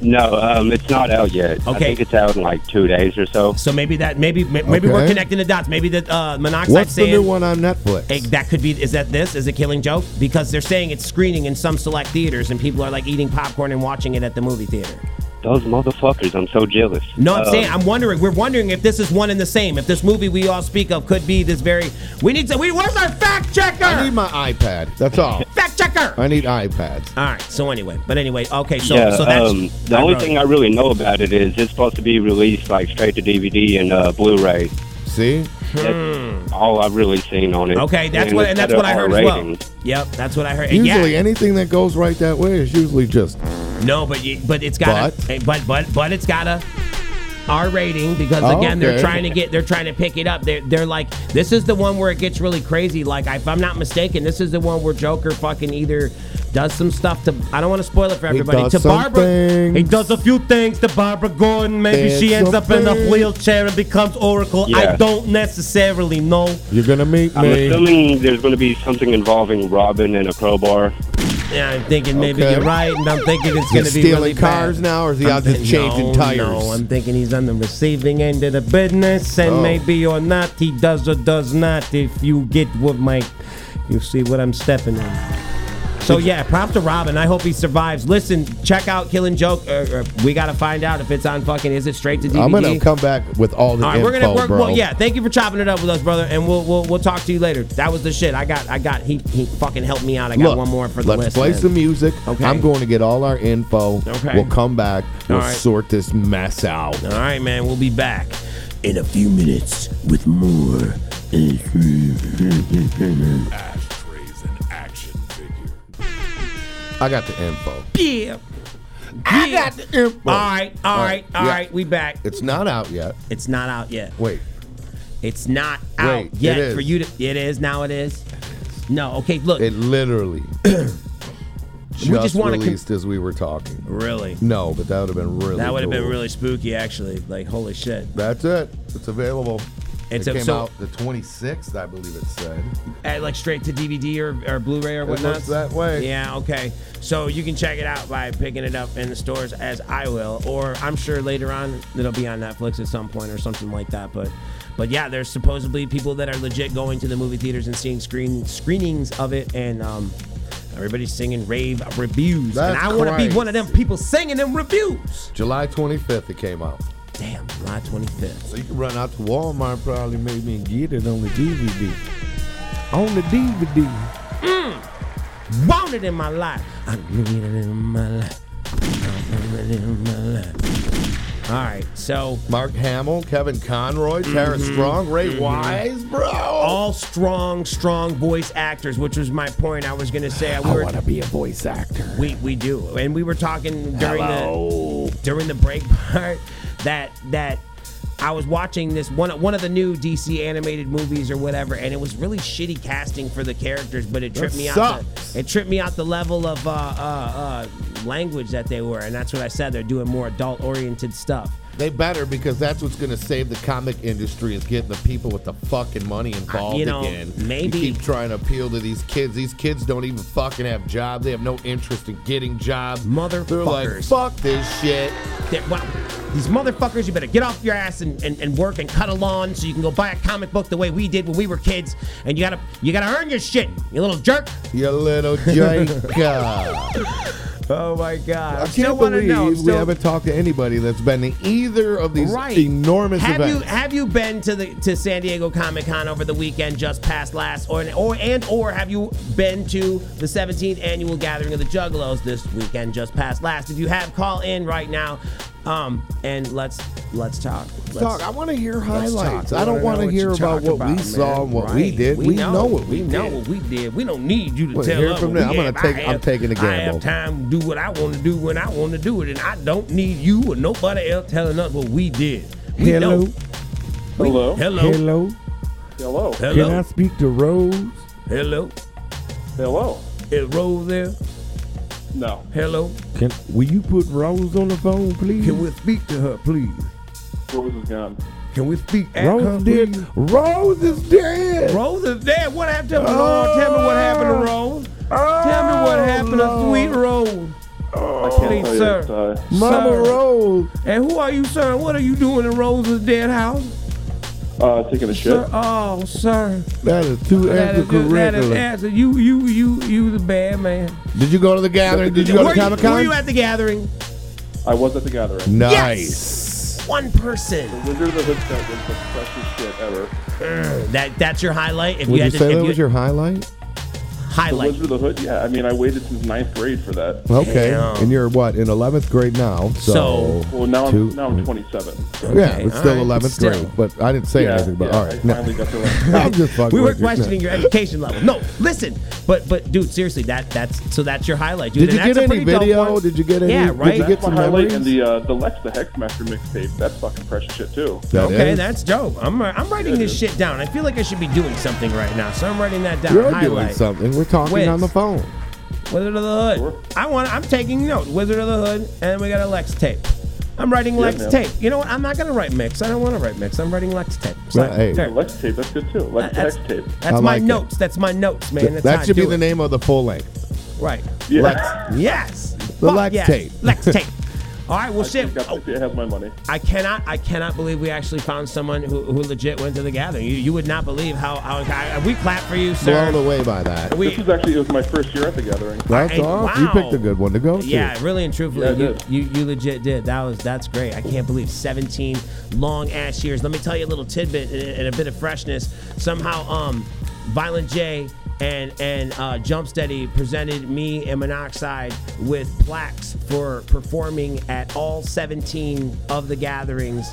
No, um, it's not out yet. I
Okay.
think it's out in like two days or so.
So maybe that maybe maybe we're
Okay.
connecting the dots. Maybe the uh, monoxide
What's the
saying
new one on Netflix?
Hey, that could be is that this is a killing joke because they're saying it's screening in some select theaters and people are like eating popcorn and watching it at the movie theater.
Those motherfuckers, I'm so jealous.
No, I'm
Um,
saying I'm wondering. We're wondering if this is one and the same. If this movie we all speak of could be this very. We need to. We, where's our fact checker?
I need my iPad. That's all.
fact checker.
I need iPads.
all right. So anyway, but anyway, okay. So
yeah,
so that's
um, the only thing I really know about it is it's supposed to be released like straight to DVD and uh, Blu-ray.
See?
That's all I've really seen on it.
Hmm. Okay, that's
And
what
it's
and that's
got
what I
a
heard
R
as well.
rating.
Yep, that's what I heard. And
Usually
yeah,
anything that goes right that way is usually just
no, but you, but it's got
But?
a but but but it's got a R rating because
Oh,
again they're
okay.
trying to get they're trying to pick it up. They're they're like this is the one where it gets really crazy. Like if I'm not mistaken, this is the one where Joker fucking either does some stuff to I don't want to spoil it for everybody
does
to
some
Barbara.
things.
He does a few things to Barbara Gordon. Maybe
Did
she ends
some
up in a
things.
wheelchair and becomes Oracle. I
Yeah.
don't necessarily know.
you're gonna meet
I'm
me.
assuming there's going to be something involving Robin and a crowbar.
Yeah, I'm thinking maybe
Okay.
you're right, and I'm thinking it's
He's
going to be
stealing
really
cars
bad.
now, or is he
I'm
out just
thi-
changing
no,
tires?
No, I'm thinking he's on the receiving end of the business, and
Oh.
maybe or not, he does or does not. If you get what my, you see what I'm stepping in. So yeah, props to Robin. I hope he survives. Listen, check out Killing Joke. Uh, uh, we got to find out if it's on fucking. Is it straight to DVD?
I'm gonna come back with all the
All right,
info,
we're gonna work.
bro.
Well, yeah. Thank you for chopping it up with us, brother, and we'll we'll, we'll talk to you later. That was the shit. I got I got he he fucking helped me out. I got
Look,
one more for the
let's
list.
play
man.
some music.
Okay.
I'm going to get all our info.
Okay.
We'll come back. We'll
right.
sort this mess out.
All right, man. We'll be back in a few minutes with more.
Ashtrays and action figures.
I got the info.
Yeah.
I got the info.
All right, all
All
right,
right,
all
yeah.
right. We back.
It's not out yet.
It's not out yet.
Wait.
It's not
Wait,
out
it
yet
is.
for you to. It is now. It is. No. Okay. Look.
It literally just,
just wanna con-
released as we were talking.
really.
No, but that would have been really.
That would have been
cool.
really spooky, actually. Like, holy shit.
That's it. It's available.
It's
it
a-
came
so-
out the 26th, I believe it said.
At, like straight to DVD or, or Blu-ray or whatnot.
looks that way.
Yeah. Okay. So you can check it out by picking it up in the stores, as I will, or I'm sure later on it'll be on Netflix at some point or something like that. But, but yeah, there's supposedly people that are legit going to the movie theaters and seeing screen screenings of it, and um, everybody's singing rave reviews,
That's
and I want to be
crazy.
one of them people singing them reviews.
July 25th, it came out.
Damn, July 25th.
So you can run out to Walmart probably maybe and get it on the DVD. On the DVD.
want it in my life. I need it in my life. I want it in my life. All right, so
Mark Hamill, Kevin Conroy, Tara
Mm-hmm.
Strong, Ray Wise, bro.
all strong, strong voice actors, which was my point. I was gonna say I, we were,
to be a voice actor.
we we do, and we were talking during the during the break part that that. I was watching this one one of the new DC animated movies or whatever, and it was really shitty casting for the characters, but it tripped
That
me out. the-
sucks.
it tripped me out the level of uh, uh, uh, language that they were, and that's what I said. They're doing more adult oriented stuff.
They better because that's what's going to save the comic industry is getting the people with the fucking money involved
you know,
again.
maybe-
you keep trying to appeal to these kids. These kids don't even fucking have jobs. They have no interest in getting jobs. They're like,
Motherfuckers.
fuck this shit.
that, well, these motherfuckers, you better get off your ass and, and, and work and cut a lawn so you can go buy a comic book the way we did when we were kids. And you gotta you gotta earn your shit, you little jerk.
You little Jacob. I
Oh my god. I
can't believe we haven't talked to anybody that's been to either of these
right.
enormous
have
events.
you have you been to the to San Diego Comic Con over the weekend just past last or or and or have you been to the 17th annual gathering of the Juggalos this weekend just past last? If you have, call in right now. Um, and let's let's talk. Let's
Talk. I want to hear
Let's talk.
highlights.
We
I don't
wanna know
want to
what you
hear about
talk
what we
man.
saw and what we
Right.
did. We, know, what we,
know
did.
what we did. We don't need you to
Well,
tell
hear
us.
from
what
them.
we
I'm
did.
gonna take-
I
I'm
have-
taking a
I
gamble.
have time to do what I want to do when I want to do it, and I don't need you or nobody else telling us what we did. We
Hello?
don't. We-
Hello?
hello, hello,
Hello.
Hello.
Can I
hello,
speak to Rose?
hello.
Hello.
Is Rose there?
No.
Hello.
Can will you put Rose on the phone, please?
Can we speak to her, please?
Rose is gone.
Can we speak at her,
Rose
please?
dead. Rose is dead.
Rose is there. What happened to
Oh,
Rose? Tell me what happened to Rose.
Oh,
Tell me what happened to
Lord.
sweet Rose.
I can't
Please,
tell you.
sir.
Sorry.
Mama
Sir.
Rose.
And who are you, sir? And What are you doing in Rose's dead house?
Uh, taking a shit.
Sir, oh, sir.
That is too
That is, that is
extracurricular.
answer. You, you, you, you the bad man.
Did you go to the gathering? Did you go
were,
to
you,
Comic
were
Con?
you at the gathering?
I was at the gathering.
Nice.
One person.
Wizard of the Hood set was the freshest shit ever.
Mm, That that's your highlight. If
Would
you
you
had to,
say
if
that
you
was your highlight?
The
highlight.
Wizard of the Hood, yeah. I mean, I waited since ninth grade for that.
Okay.
Damn.
And you're what in 11th grade now? So,
So-
Well, now
Two.
I'm, now I'm 27.
yeah,
Okay,
it's still
all right,
11th
still.
grade. But I didn't say
yeah,
anything. But
yeah,
all
I
right, no.
finally got to like,
I'm just fucking
we were
with you. No.
questioning your education level. No, listen, but but dude, seriously, that that's so that's your highlight, dude.
Did you
And that's a
get any
pretty dope
video?
one.
Did you get any-
Yeah,
did you
right.
get
that's
some
my highlight.
memories?
And the, uh, the Lex the Hexmaster mixtape, that's fucking precious shit, too.
That
okay,
is.
that's dope. I'm uh, I'm writing this shit down. I feel like I should be doing something right now, so I'm writing that down.
You're doing
highlight.
something. We're talking
Wins.
on the phone.
Wizard of the Hood.
Sure.
I want. I'm taking note. Wizard of the Hood, and we got a Lex tape. I'm writing Lex
man.
tape. You know what? I'm not gonna write mix. I don't want to write mix. I'm writing Lex tape. So,
Well, hey.
there. Uh,
The Lex tape, that's good, too. Lex the
That's-
Hextape.
That's
I
my
like it.
notes. That's my notes, man. That's how I
that should be
do
the
it.
name of the full length.
Right.
Yeah.
Lex.
Yes.
The
Fuck
Lex
yes.
tape.
Lex tape. All right. Well,
I
shit.
think that's-
Oh,
It has my money.
I cannot. I cannot believe we actually found someone who, who legit went to the gathering. You, you would not believe how. how I, we clap for you, sir.
Blown away by that.
We-
This was actually, it was my first year at the gathering.
That's
Hey,
off. You
wow.
picked a good one to go to.
Yeah, really and truthfully,
Yeah, I
you,
did.
you you legit did. That was that's great. I can't believe 17 long ass years. Let me tell you a little tidbit and, and a bit of freshness. Somehow, um, Violent J and and uh, Jump Steady presented me and Monoxide with plaques for performing at all 17 of the gatherings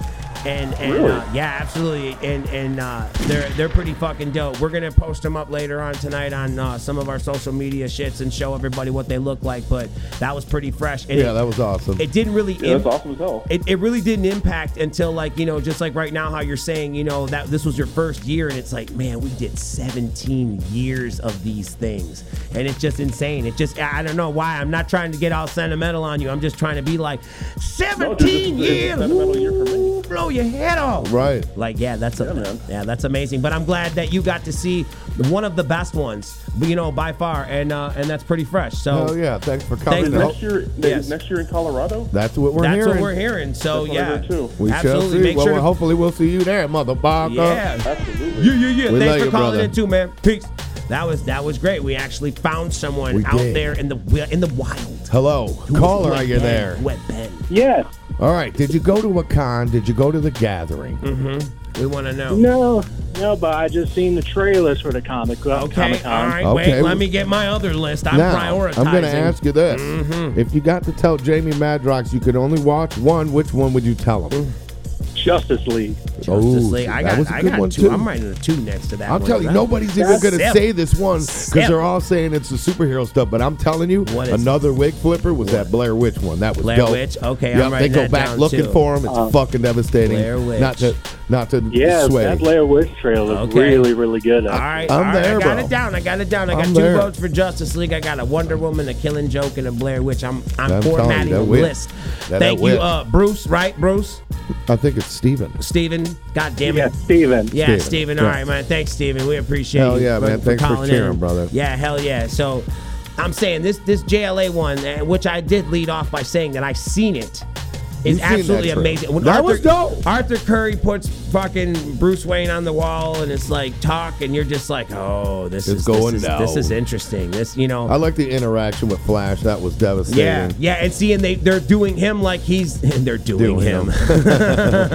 and and uh, yeah, absolutely, and and uh, they're they're pretty fucking dope. We're gonna post them up later on tonight on uh, some of our social media shits and show everybody what they look like. But that was pretty fresh. And
Yeah,
it-
that was awesome.
It didn't really.
Yeah, that's
im-
awesome as hell.
it, it really didn't impact until like you know just like right now how you're saying you know that this was your first year and it's like man we did 17 years of these things and it's just insane it just i I don't know why i'm not trying to get all sentimental on you i'm just trying to be like 17
No, dude, this is a
years
sentimental year for me.
Ooh, blow your head off
Right.
like yeah that's a, yeah,
Yeah, man.
that's amazing but i'm glad that you got to see one of the best ones you know by far and uh and that's pretty fresh so
Oh yeah, thanks for coming.
Thanks,
Oh,
Next year, they-
Yes.
next year in Colorado.
that's what we're
that's
hearing.
what we're hearing so
That's what I
yeah
heard, too.
absolutely
We shall see.
make
well,
sure
well,
to-
hopefully we'll see you there, motherfucker.
yeah
Absolutely.
Yeah, yeah, yeah.
We love
Thanks for
you,
calling
brother.
in too, man. Peace. That was that was great. We actually found someone
We
out
did.
there in the wi- in the wild.
Hello, caller, are you there?
Wet Ben.
Yes.
All right. Did you go to a con? Did you go to the gathering?
Mm-hmm. We want to know.
No, no, but I just seen the trailers for the comic
Okay. All right.
Okay.
Wait. Let me get my other list. I'm
now,
prioritizing. Mm-hmm.
I'm going to ask you this: If you got to tell Jamie Madrox you could only watch one, which one would you tell him? Oh,
Justice League.
Justice League. I
that
got.
was a
I
good
got
one,
2
too.
I'm writing a two next to that.
I'll
one.
tell you,
That-
nobody's even going to
Seven.
say this one because
Seven.
they're all saying it's the superhero stuff. But I'm telling you,
What is-
another wig flipper was that Blair Witch one. That was
Blair
dope.
Witch? Okay, I'm
Yep, they
writing
go
that
back
down,
looking
too.
for him. It's fucking devastating.
Blair Witch.
Not to, not to
Yes,
sway.
that Blair Witch trailer is
Okay.
really, really good.
All right,
I'm
all right,
there,
I got
bro.
it down. I got it down. I got
I'm
two
there.
votes for Justice League. I got a Wonder Woman, a Killing Joke, and a Blair Witch. I'm I'm,
I'm telling you,
formatting
that
the
whip.
list.
That-
Thank
that
you,
whip.
uh, Bruce. Right, Bruce,
I think it's Steven.
Steven. God damn it.
Yeah, Steven.
Yeah,
Steven.
Steven. All
Yeah.
right, man. Thanks, Steven. We appreciate
Hell
you.
yeah, man. Thanks for
calling
sharing,
in.
brother.
Yeah, hell yeah. So I'm saying this this JLA one, uh, which I did lead off by saying that I seen it,
You seen
is
that
absolutely
trailer.
amazing. When
That
Arthur,
was dope.
Arthur Curry puts fucking Bruce Wayne on the wall and it's like talk, and you're just like, oh, this
It's
is
going
this is, this
down.
is interesting. This you know.
I like the interaction with Flash. That was devastating.
yeah, yeah, and seeing they they're doing him like he's and they're doing,
Doing
him.
him.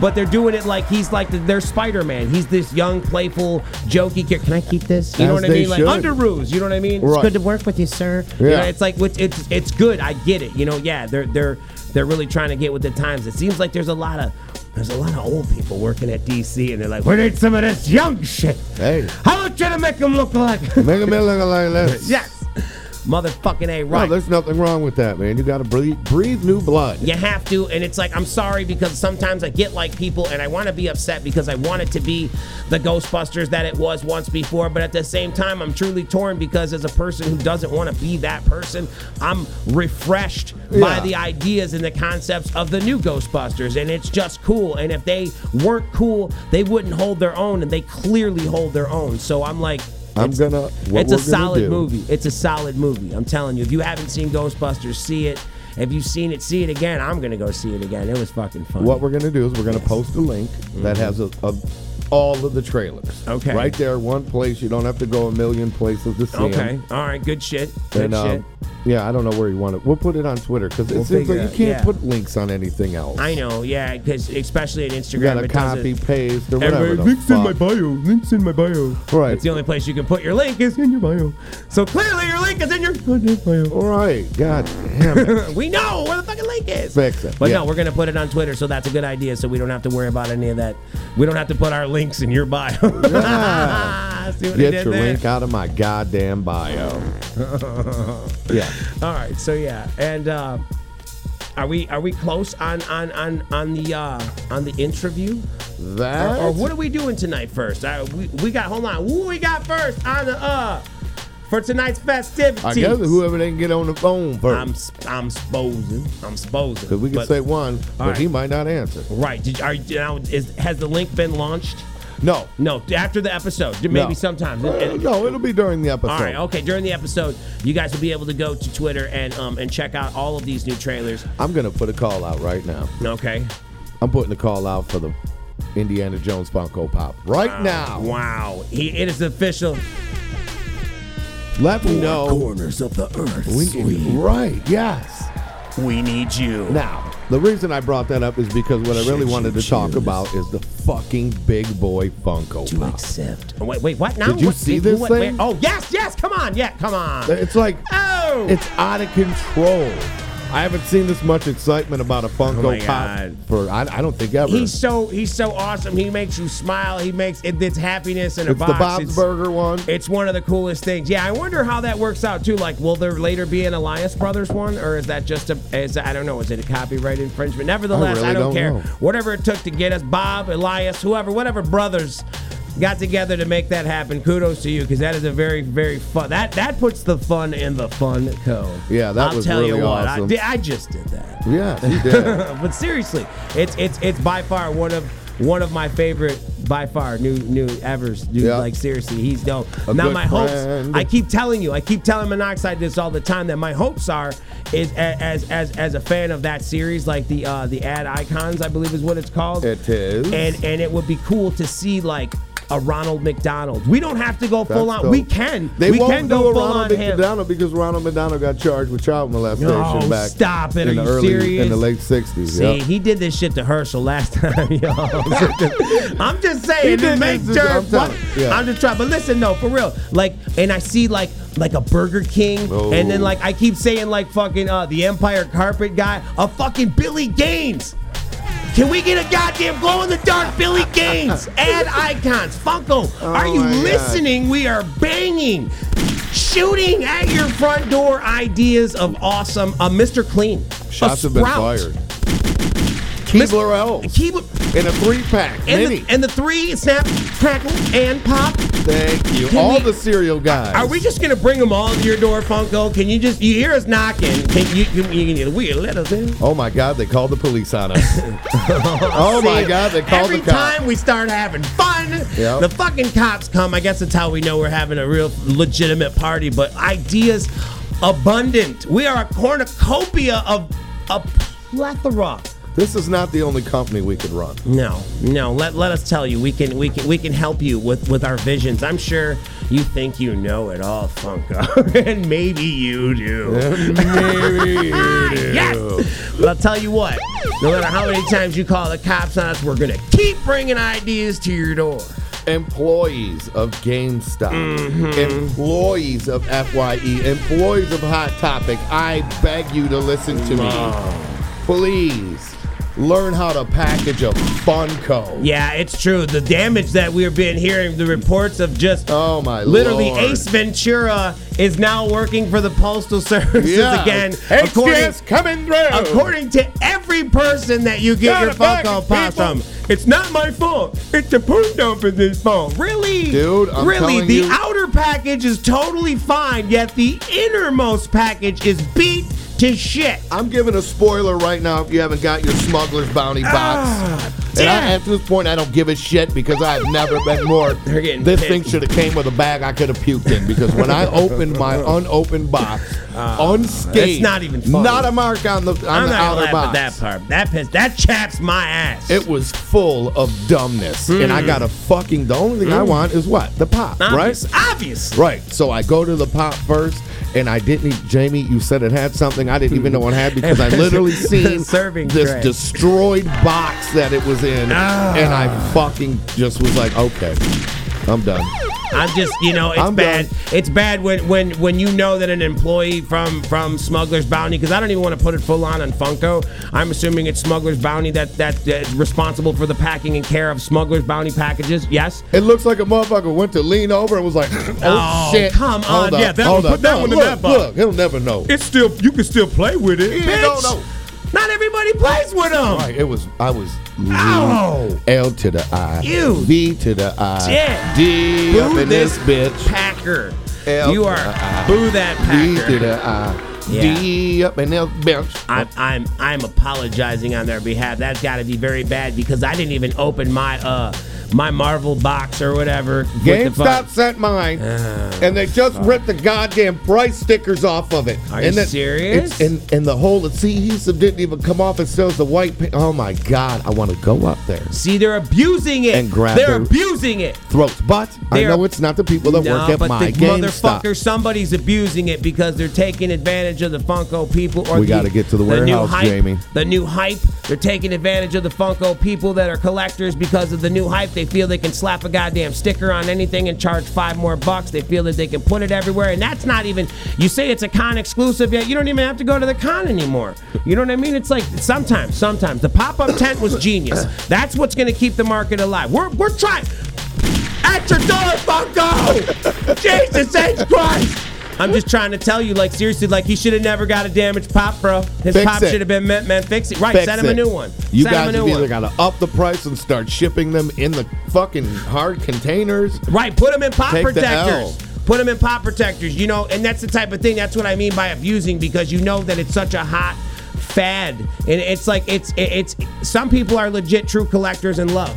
But they're doing it like he's like the, they're Spider Man. He's this young, playful, jokey character. Can I keep this? You know
As
what I
they
mean? Like
should.
under rules. You know what I mean?
Right.
It's good to work with you, sir. You
Yeah.
know, it's like it's it's it's good. I get it. You know, yeah. They're they're they're really trying to get with the times. It seems like there's a lot of there's a lot of old people working at DC, and they're like, we need some of this young shit.
Hey.
How about you to make them look like?
Mega Man look like this.
yes, motherfucking a
No,
right.
there's nothing wrong with that, man. You got to breathe, breathe new blood.
You have to, and it's like I'm sorry because sometimes I get like people, and I want to be upset because I want it to be the Ghostbusters that it was once before. But at the same time, I'm truly torn because as a person who doesn't want to be that person, I'm refreshed by
Yeah.
the ideas and the concepts of the new Ghostbusters, and it's just cool. And if they weren't cool, they wouldn't hold their own, and they clearly hold their own. So I'm like.
I'm
it's-
gonna- what
it's
we're
a
gonna
solid
do-
movie. It's a solid movie. I'm telling you. If you haven't seen Ghostbusters, see it. If you've seen it, see it again. I'm gonna go see it again. It was fucking fun. Mm-hmm.
What we're gonna do is we're gonna post a link that has a, a, all of the trailers.
Okay.
Right there, one place. You don't have to go a million places to see 'em.
Okay. All right. Good shit. Good
And,
shit.
um, yeah, I don't know where you want it. We'll put it on Twitter because it
We'll
seems like
figure
you
it out,
can't
yeah.
put links on anything else.
I know. Yeah. Because especially in Instagram,
You gotta
it does
copy,
it.
paste, or whatever. the
Links in my
fuck.
Oh,
bio. Links in my bio.
Right.
It's the only place you can put your link is in your bio. So clearly your link is in your.
All right. God damn it.
we know where the fucking link is.
Fix it,
But
yeah.
no, we're gonna put it on Twitter, so that's a good idea. So we don't have to worry about any of that. We don't have to put our links in your bio.
Yeah.
See what I
Get
did
your
there?
link out of my goddamn bio. yeah.
All right, so yeah, and uh, are we are we close on on on on the uh, on the interview? Or,
That.
or what are we doing tonight first? Uh, we, we got hold on, who we got first on the uh for tonight's festivities?
I guess whoever they can get on the phone
I'm
first.
s- I'm supposing I'm supposing
Because we can
But-
say one, but
right.
he might not answer.
right. Did you- are you- now is has the link been launched?
No.
No, after the episode, maybe
No.
sometimes.
Uh,
And-
no, it'll be during the episode.
All right. Okay. During the episode, you guys will be able to go to Twitter and um and check out all of these new trailers.
I'm going to put a call out right now.
Okay.
I'm putting a call out for the Indiana Jones Funko Pop right now.
Wow. He, it is official.
Let me know.
Corners of the earth.
We need, right, yes.
We need you.
Now, the reason I brought that up is because what I really
Shit,
wanted to
shit,
talk
shit.
about is the fucking big boy Funko
to
Pop.
accept.
Oh, wait, wait, what now?
Did you
What-
see
who-
this
what- where-
thing?
Oh, yes, yes. Come on. Yeah, come on.
It's like,
Oh.
it's out of control. I haven't seen this much excitement about a
Oh my
Funko Pop
God.
for I, I don't think ever.
He's so he's so awesome. He makes you smile. He makes it, it's happiness in a
it's
box.
the Bob's
It's-
Burger one.
It's one of the coolest things. Yeah, I wonder how that works out too. Like, will there later be an Elias Brothers one, or is that just a? Is I don't know. Is it a copyright infringement? Nevertheless, I,
I really
don't,
don't
care.
know.
Whatever it took to get us, Bob, Elias, whoever, whatever brothers got together to make that happen. Kudos to you, because that is a very, very fun. That that puts the fun in the fun code.
Yeah, that
I'll
was
tell
really
you what, I
awesome.
did. I just did that.
yeah, he did.
but seriously, it's it's it's by far one of one of my favorite by far new new evers, dude.
Yeah.
Like seriously, he's dope.
A
now
good
my hopes,
friend.
I keep telling you, I keep telling Monoxide this all the time that my hopes are is a- as as as a fan of that series, like the uh the ad icons, I believe is what it's called
it is.
and and it would be cool to see like a Ronald McDonald. We don't have to go full
That's
on.
dope.
We can.
They
we
won't
can
do
go
a
full
Ronald
on him.
McDonald because Ronald McDonald got charged with child molestation
Oh,
back.
stop it.
In
Are
the
you
early,
serious?
In the late sixties.
See, he did this shit to Herschel last time, y'all. I'm just saying,
did
to make
this to-
sure.
I'm telling you, yeah.
I'm just trying, but listen, no, for real. Like, and I see like like a Burger King,
Oh.
and then like I keep saying like fucking uh, the Empire Carpet guy, a fucking Billy Gaines. Can we get a goddamn glow in the dark Billy Gaines ad icons? Funko, are you
Oh my God.
listening? We are banging, shooting at your front door ideas of awesome. Uh, Mr. Clean,
Shots
a
have been
Sprout.
fired. Keebler Elves
Keep
in a three pack.
and
Mini.
the, and the three snap, crackle, and pop.
Thank you.
Can
All
we-
the cereal guys.
Are we just gonna bring them all to your door, Funko? Can you just you hear us knocking? Can you you, you, you we let us in?
Oh my God! They called the police on us. oh my
See,
God! They called
Every
the cops.
time we start having fun,
Yep.
the fucking cops come. I guess that's how we know we're having a real legitimate party. But ideas abundant. We are a cornucopia of a plethora.
This is not the only company we could run.
No, no. Let, let us tell you, we can we can we can help you with with our visions. I'm sure you think you know it all, Funko, and maybe you do.
Maybe.
yes. But I'll tell you what. No matter how many times you call the cops on us, we're gonna keep bringing ideas to your door.
employees of GameStop,
Mm-hmm.
employees of FYE, employees of Hot Topic, I beg you to listen to me. Please learn how to package a Funko.
Yeah, it's true. The damage that we've been hearing, the reports of just
Oh my
literally
lord.
Ace Ventura is now working for the postal services
Yeah.
again.
HDS coming through.
According to every person that you get
Got
your
it back,
Funko Pop
people.
from, it's not my fault. It's the poop dumping's fault. Really,
Dude, I'm
really,
telling
the
you-
outer package is totally fine, yet the innermost package is beat to shit.
I'm giving a spoiler right now if you haven't got your smuggler's bounty box.
Ah,
And I,
damn.
at this point, I don't give a shit because I've never been more.
They're getting
This
pissed.
thing should have came with a bag I could have puked in because when I opened my unopened box, unscathed,
It's Ah, not even funny.
not a mark on the on
I'm
the
not gonna
outer
laugh
box.
at that part. That piss, that chaps my ass. Hmm.
It was full of dumbness, and I got a fucking. The only thing I want is what the pop,
obvious,
right?
obvious.
Right. So I go to the pop first, and I didn't. eat- Jamie, you said it had something. I didn't even know it had because I literally seen
Serving
this
tray.
destroyed box that it was in,
Ah.
and I fucking just was like, okay, I'm done.
I'm just, you know, it's
I'm
bad.
done.
It's bad when when when you know that an employee from from Smuggler's Bounty, because I don't even want to put it full on on Funko. I'm assuming it's Smuggler's Bounty that that is responsible for the packing and care of Smuggler's Bounty packages. Yes.
It looks like a motherfucker went to lean over and was like, oh,
Oh,
shit,
come
Hold
on. Yeah, that
hold
one- put that
No,
one in
look,
that box.
Look, he'll never know.
It's still you can still play with it.
Yeah,
bitch.
no, no.
Not everybody plays with them.
Right, it was. I was.
Ow.
L to the I.
Ew.
V to the I.
Shit.
D up
Boo
in this
this
bitch.
Packer.
L
You are
to the I.
boo that
D
packer.
to the I. D up in this bitch.
I'm, I'm I'm apologizing on their behalf. That's got to be very bad because I didn't even open my uh my Marvel box or whatever. with the Uh.
GameStop
fu-
sent mine, and they just ripped the goddamn price stickers off of it.
Are you
and
serious?
it's- And and the whole adhesive didn't even come off. It sells the white. Pa- oh my god! I want to go up there.
See, they're abusing it.
And grab
they're
the-
abusing it.
Throats, but
They
I
are-
know it's not the people that work
No,
at
but
my
the
GameStop.
motherfucker, somebody's abusing it because they're taking advantage of the Funko people. Or
We
the-
gotta get to the
new
warehouse,
hype,
Jamie.
The new hype. They're taking advantage of the Funko people that are collectors because of the new hype. They They feel they can slap a goddamn sticker on anything and charge five more bucks. They feel that they can put it everywhere. And that's not even, you say it's a con exclusive, yet you don't even have to go to the con anymore. You know what I mean? It's like sometimes, sometimes. The pop up tent was genius. That's what's going to keep the market alive. We're, we're trying. At your door, Funko! Jesus H. Christ! I'm just trying to tell you, like, seriously, like, he should have never got a damaged pop, bro. His
Fix
pop
it.
should have been meant, man, fix it. Right,
Fix
send him a
it.
new one.
You
send
guys
him a
have
new
either
one.
gotta up the price and start shipping them in the fucking hard containers.
Right, put them in pop
Take the
protectors.
L.
Put them in pop protectors, you know, and that's the type of thing. That's what I mean by abusing because you know that it's such a hot fad, and it's like it's it's some people are legit true collectors in love.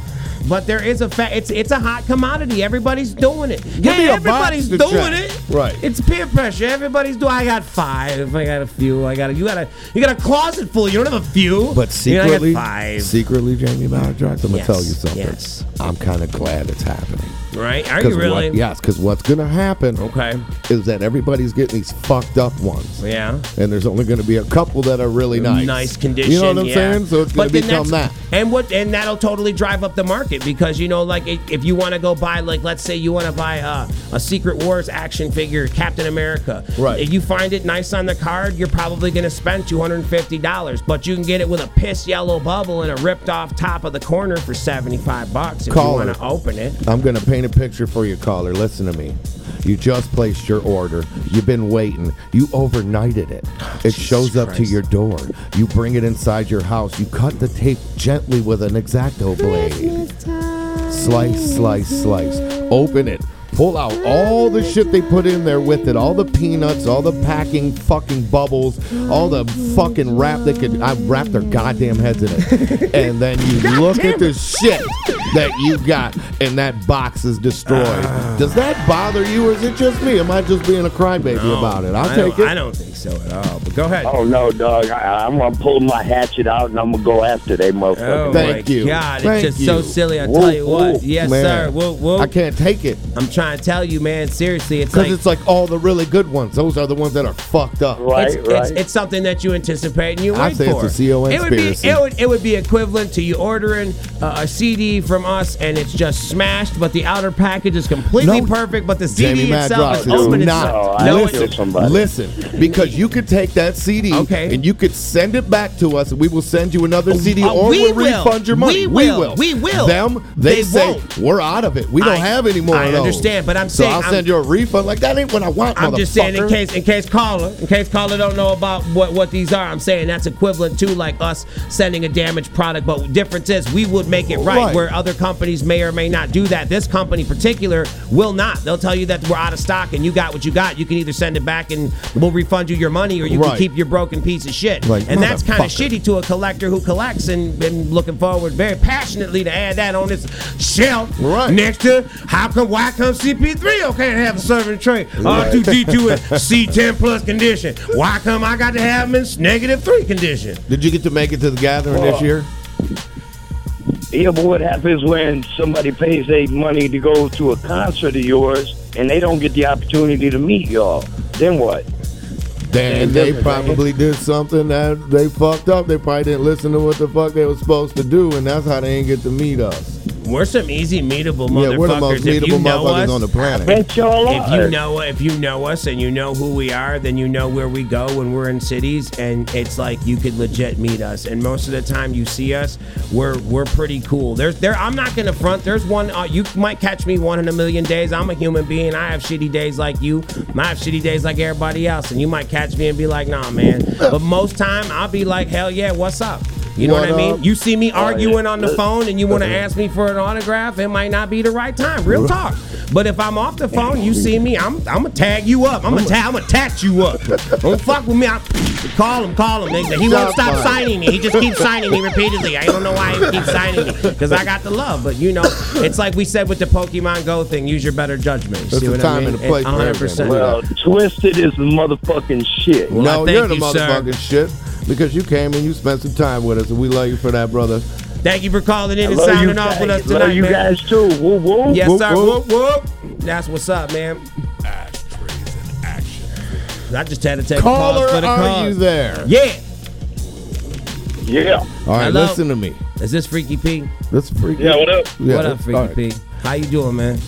But there is a fa- it's it's a hot commodity. Everybody's doing it.
me
Hey,
a box
everybody's
to
doing
check.
it.
Right.
It's peer pressure. Everybody's doing. I got five. I got a few. I got a. You got a. You got a closet full. You don't have a few.
But
You know, I got
secretly,
five.
secretly, Jamie Madrox, I'm gonna
Yes,
tell you something.
yes.
I'm kind of glad it's happening.
Right? Are
'Cause
you really?
What, yes, because what's gonna happen?
Okay.
Is that everybody's getting these fucked up ones?
Yeah.
And there's only gonna be a couple that are really nice.
condition.
You know what I'm
yeah.
saying? So it's gonna
But then
become that.
that's- And what? And that'll totally drive up the market because you know, like, i- if you want to go buy, like, let's say you want to buy uh, a Secret Wars action figure, Captain America.
Right.
If you find it nice on the card, you're probably gonna spend two hundred and fifty dollars, but you can get it with a piss yellow bubble and a ripped off top of the corner for seventy five bucks if
Call
you want
it.
to open it.
I'm going to paint a picture for you, caller. Listen to me. You just placed your order. You've been waiting. You overnighted it. It shows up to
Christ.
your door. You bring it inside your house. You cut the tape gently with an exacto blade. Slice, slice, slice. Open it. Pull out all the shit they put in there with it. All the peanuts, all the packing fucking bubbles, all the fucking wrap that could I wrap their goddamn heads in it. and then you look at the shit that you got and that box is destroyed.
Ah.
Does that bother you or is it just me? Am I just being a crybaby about it? I'll
I
take
don't,
it.
I don't think so at all. But go ahead.
Oh no, dog! I, I'm gonna pull my hatchet out and I'm gonna go after they motherfucker.
Oh
Thank
my
you.
God, it's
Thank
just so
you.
silly. I
Whoa,
tell you
whoa.
what, yes,
Man.
sir. Whoa, whoa.
I can't take it.
I'm trying to tell you, man. Seriously, it's
Because
like
it's like all the really good ones. Those are the ones that are fucked up.
Right,
it's,
right.
it's, it's something that you anticipate and you wait
I'd say it's
for.
a CON
it would be
conspiracy.
it would, it would be equivalent to you ordering uh, a CD from us and it's just smashed, but the outer package is completely
No.
perfect, but the
Jamie
CD
Madrox
itself is
is
open. and
not.
shut.
Oh, I
no,
would kill
it's,
somebody.
Listen, because you could take that CD
Okay.
and you could send it back to us, and we will send you another CD,
uh,
or
we
we'll
will.
refund your money.
We will. We will.
Them, they,
They
say
won't.
we're out of it. We don't
I-
have any more.
I
of those."
understand, but I'm
so
saying
I'll
I'm-
send you a refund. Like that ain't what I want.
I'm just saying in
motherfucker.
case in case caller in case caller don't know about what what these are. I'm saying that's equivalent to like us sending a damaged product, but difference is we would make it right,
Right.
where other companies may or may not do that. This company in particular will not. They'll tell you that we're out of stock and you got what you got. You can either send it back and we'll refund you your money, or you
Right.
can keep your broken piece of shit.
Like,
and that's kind of
motherfucker.
shitty to a collector who collects and been looking forward very passionately to add that on this shelf
Right.
next to how come why come CP3 okay to have a serving tray R2D2 in C10 plus condition. Why come I got to have them in negative three condition?
Did you get to make it to the gathering this year?
Yeah, but what happens when somebody pays they money to go to a concert of yours and they don't get the opportunity to meet y'all? Then what?
Then they probably did something that they fucked up. They probably didn't listen to what the fuck they were supposed to do, and that's how they ain't get to meet us.
We're some easy meetable motherfuckers.
Yeah, we're the most
if you
meetable
know
motherfuckers
us,
on the planet.
Bet y'all
if
are.
you know if you know us and you know who we are, then you know where we go when we're in cities, and it's like you could legit meet us. And most of the time, you see us, we're we're pretty cool. There's there I'm not gonna front. There's one uh, you might catch me one in a million days. I'm a human being. I have shitty days like you. I have shitty days like everybody else, and you might catch me and be like, nah, man. But most time, I'll be like, hell yeah, what's up? You know what,
What
I mean?
up?
You see me
Oh,
arguing on the phone and you want to ask me for an autograph, it might not be the right time. Real talk. But if I'm off the phone, you see me, I'm I'm gonna tag you up. I'm gonna tag I'm gonna tat you up. Don't fuck with me. I, call him, call him. They- He won't
Stop
stop
lying.
signing me. He just keeps signing me repeatedly. I don't know why he keeps signing me because I got the love. But you know, it's like we said with the Pokemon Go thing. Use your better judgment. You
It's
see
the
what I
time
mean?
and the place for
One hundred
everything.
percent.
well, twisted is motherfucking shit.
Well, I
no, you're the
thank you, sir.
motherfucking shit because you came and you spent some time with us, and we love you for that, brother.
Thank you for calling
I
in and
love you
signing off
guys.
with us
Love
tonight,
you
man.
guys too. Woo woo.
Yes,
Whoop,
sir.
whoop.
Whoop whoop. That's what's up, man. I just had to take a pause
Caller,
for the
are
cause.
you there?
Yeah.
Yeah.
All right,
Hello?
listen to me.
Is this Freaky P?
Let's freak.
Yeah, what up?
Yeah,
what up,
all
Freaky
right.
P? How you doing, man?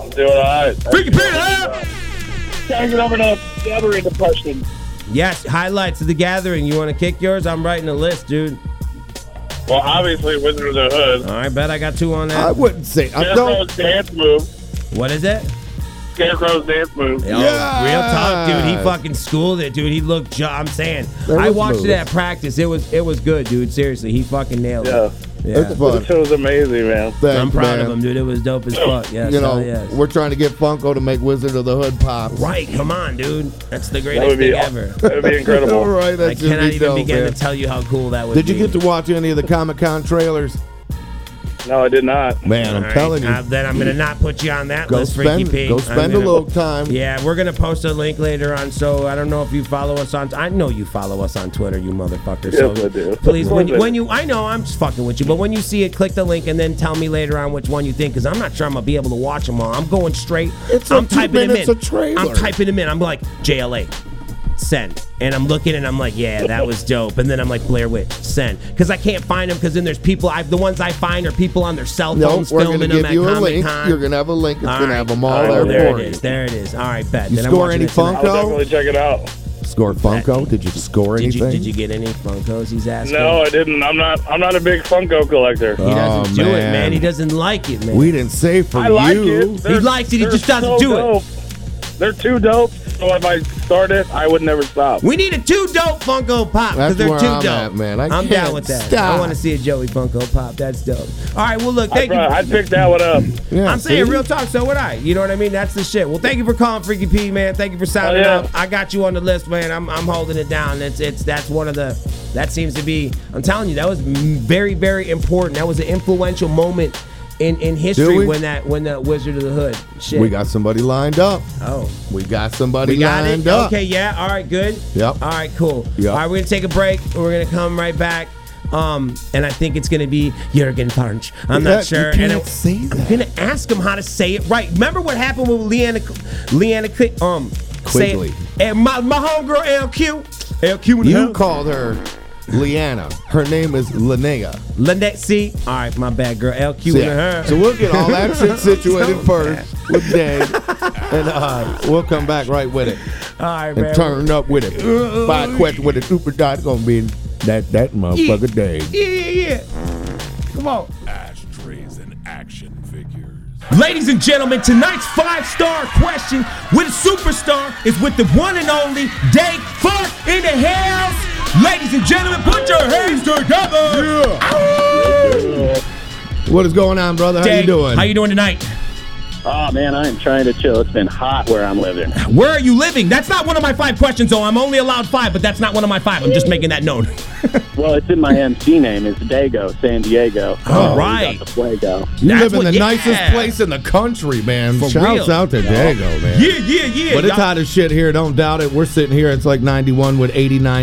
I'm doing all right.
Freaky P! up!
Turning over to gathering depression.
Yes, highlights of the gathering. You want to kick yours? I'm writing a list, dude.
Well, obviously, Wizard of the Hood.
All right, bet I got two on that.
I wouldn't say. I don't.
Scarecrow's dance move.
what is it?
Scarecrow's dance move.
Oh, real talk, dude. He
Yes.
fucking schooled it, dude. He looked. Ju- I'm saying,
There
I
was
watched it
moves.
at practice. It was it was good, dude. Seriously, he fucking nailed
Yeah.
it.
It's fun.
It was amazing, man.
Thanks,
I'm proud
man.
of him, dude. It was dope as fuck. Yes,
You know,
hell yes.
we're trying to get Funko to make Wizard of the Hood pop.
Right, come on, dude. That's the
That
greatest
would be
thing
ever.
ever.
That would be
All
incredible.
right,
I
that's
cannot even
dope,
begin
man.
to tell you how cool that was.
Did you get to watch any of the Comic Con trailers?
No, I did not.
Man, I'm telling you,
then I'm gonna not put you on that
go
list,
spend,
Freaky P.
go
I'm
spend a
gonna-
little time.
Yeah, we're gonna post a link later on. So I don't know if you follow us on. I know you follow us on Twitter, you motherfucker. so
Yes, I do.
Please, when you,
Of course I
when you, I know I'm just fucking with you, but when you see it, click the link and then tell me later on which one you think, because I'm not sure I'm gonna be able to watch them all. I'm going straight.
It's a
I'm
two
typing them in.
minutes of trailer.
I'm typing them in. I'm like JLA. Send and I'm looking and I'm like, yeah, that was dope. And then I'm like, Blair Witch, send because I can't find them because then there's people. I the ones I find are people on their cell
No,
phones
we're
filming them
gonna give
at
you a
Comic
link.
Con.
You're gonna have a link. It's
All
gonna
right.
have them all
All right,
there,
there
for
it
you.
is. There it is. All right, bet.
You
Then I'm
score
watching
any
it tonight.
I will
Funko?
definitely check it out.
Score Funko? Did you score
Did you,
anything?
did you get any Funkos? He's asking.
No, I didn't. I'm not. I'm not a big Funko collector.
he doesn't
Oh,
do it,
man.
man. He doesn't like it, man.
we didn't say for
I like
you.
it. They're-
likes it, he
they're
just
so
doesn't do it.
dope. They're too dope. So if I started, I would never stop.
We need a two dope Funko Pop because
That's
they're
where
too
I'm
dope,
at, man. I
am down
can't
with that. I
stop.
want to see a Joey Funko Pop. That's dope. All right, well, look,
I'd,
thank you.
probably- I'd pick that one up.
Yeah,
I'm saying
see?
real talk, so would I. You know what I mean? That's the shit. Well, thank you for calling Freaky P, man. Thank you for signing
Oh, yeah.
up. I got you on the list, man. I'm, I'm holding it down. It's it's that's one of the that seems to be. I'm telling you, that was m- very very important. That was an influential moment in in history
we?
when that when the Wizard of the Hood shit.
We got somebody lined up.
oh.
We got somebody
We got
lined
it.
up.
Okay, yeah. All right, good.
Yep.
All right, cool.
Yep.
All right, we're gonna take a break. We're gonna come right back. Um, and I think it's gonna be Jurgen Farnch. I'm
Yeah,
not sure.
You can't
and I-
say
I'm
that.
gonna ask him how to say it right. Remember what happened with Leanna, Leanna, Qui- um, say it-
Quigley.
and my my homegirl LQ, LQ in the
You
house.
called her Leanna. Her name is Linnea.
Lynette C. All right, my bad girl LQ in the
Yeah.
house.
So we'll get all that shit situated first with Dave, and uh, we'll come back right with it
All right,
and
man. Uh,
turn up with it. Five questions with a super dot gonna be that that motherfucker Dave.
Yeah, yeah, yeah. Come on.
Ashtrays and action figures.
Ladies and gentlemen, tonight's five star question with a superstar is with the one and only Dave Fuck in the house. Ladies and gentlemen, put your hands together.
What is going on, brother? How
Dave,
you doing?
How you doing tonight?
Oh man, I am trying to chill. It's been hot where I'm living.
Where are you living? That's not one of my five questions, though. I'm only allowed five, but that's not one of my five. I'm just making that known.
Well, it's in my MC name. It's Dago, San Diego. Oh,
All right.
The Fuego.
You
That's
live in
what-
the
yeah.
nicest place in the country, man.
For
Shouts
real.
out to Dago, man.
Yeah, yeah, yeah.
But it's
y'all.
hot as shit here, don't doubt it. We're sitting here, it's like 91 with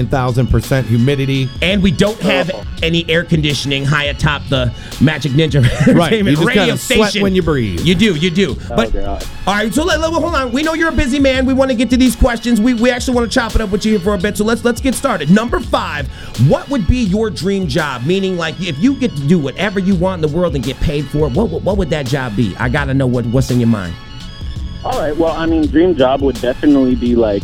89,000% humidity.
And we don't have
Oh.
any air conditioning high atop the Magic Ninja Entertainment
You just
radio
gotta sweat
station.
when you breathe.
You do, you do. But
God.
all right, so let, let- hold on. We know you're a busy man. We want to get to these questions. We, we actually want to chop it up with you here for a bit. So let's let's get started. Number five, what would be your dream job? Meaning, like if you get to do whatever you want in the world and get paid for it, what what, what would that job be? I gotta know what what's in your mind.
All right. Well, I mean, dream job would definitely be like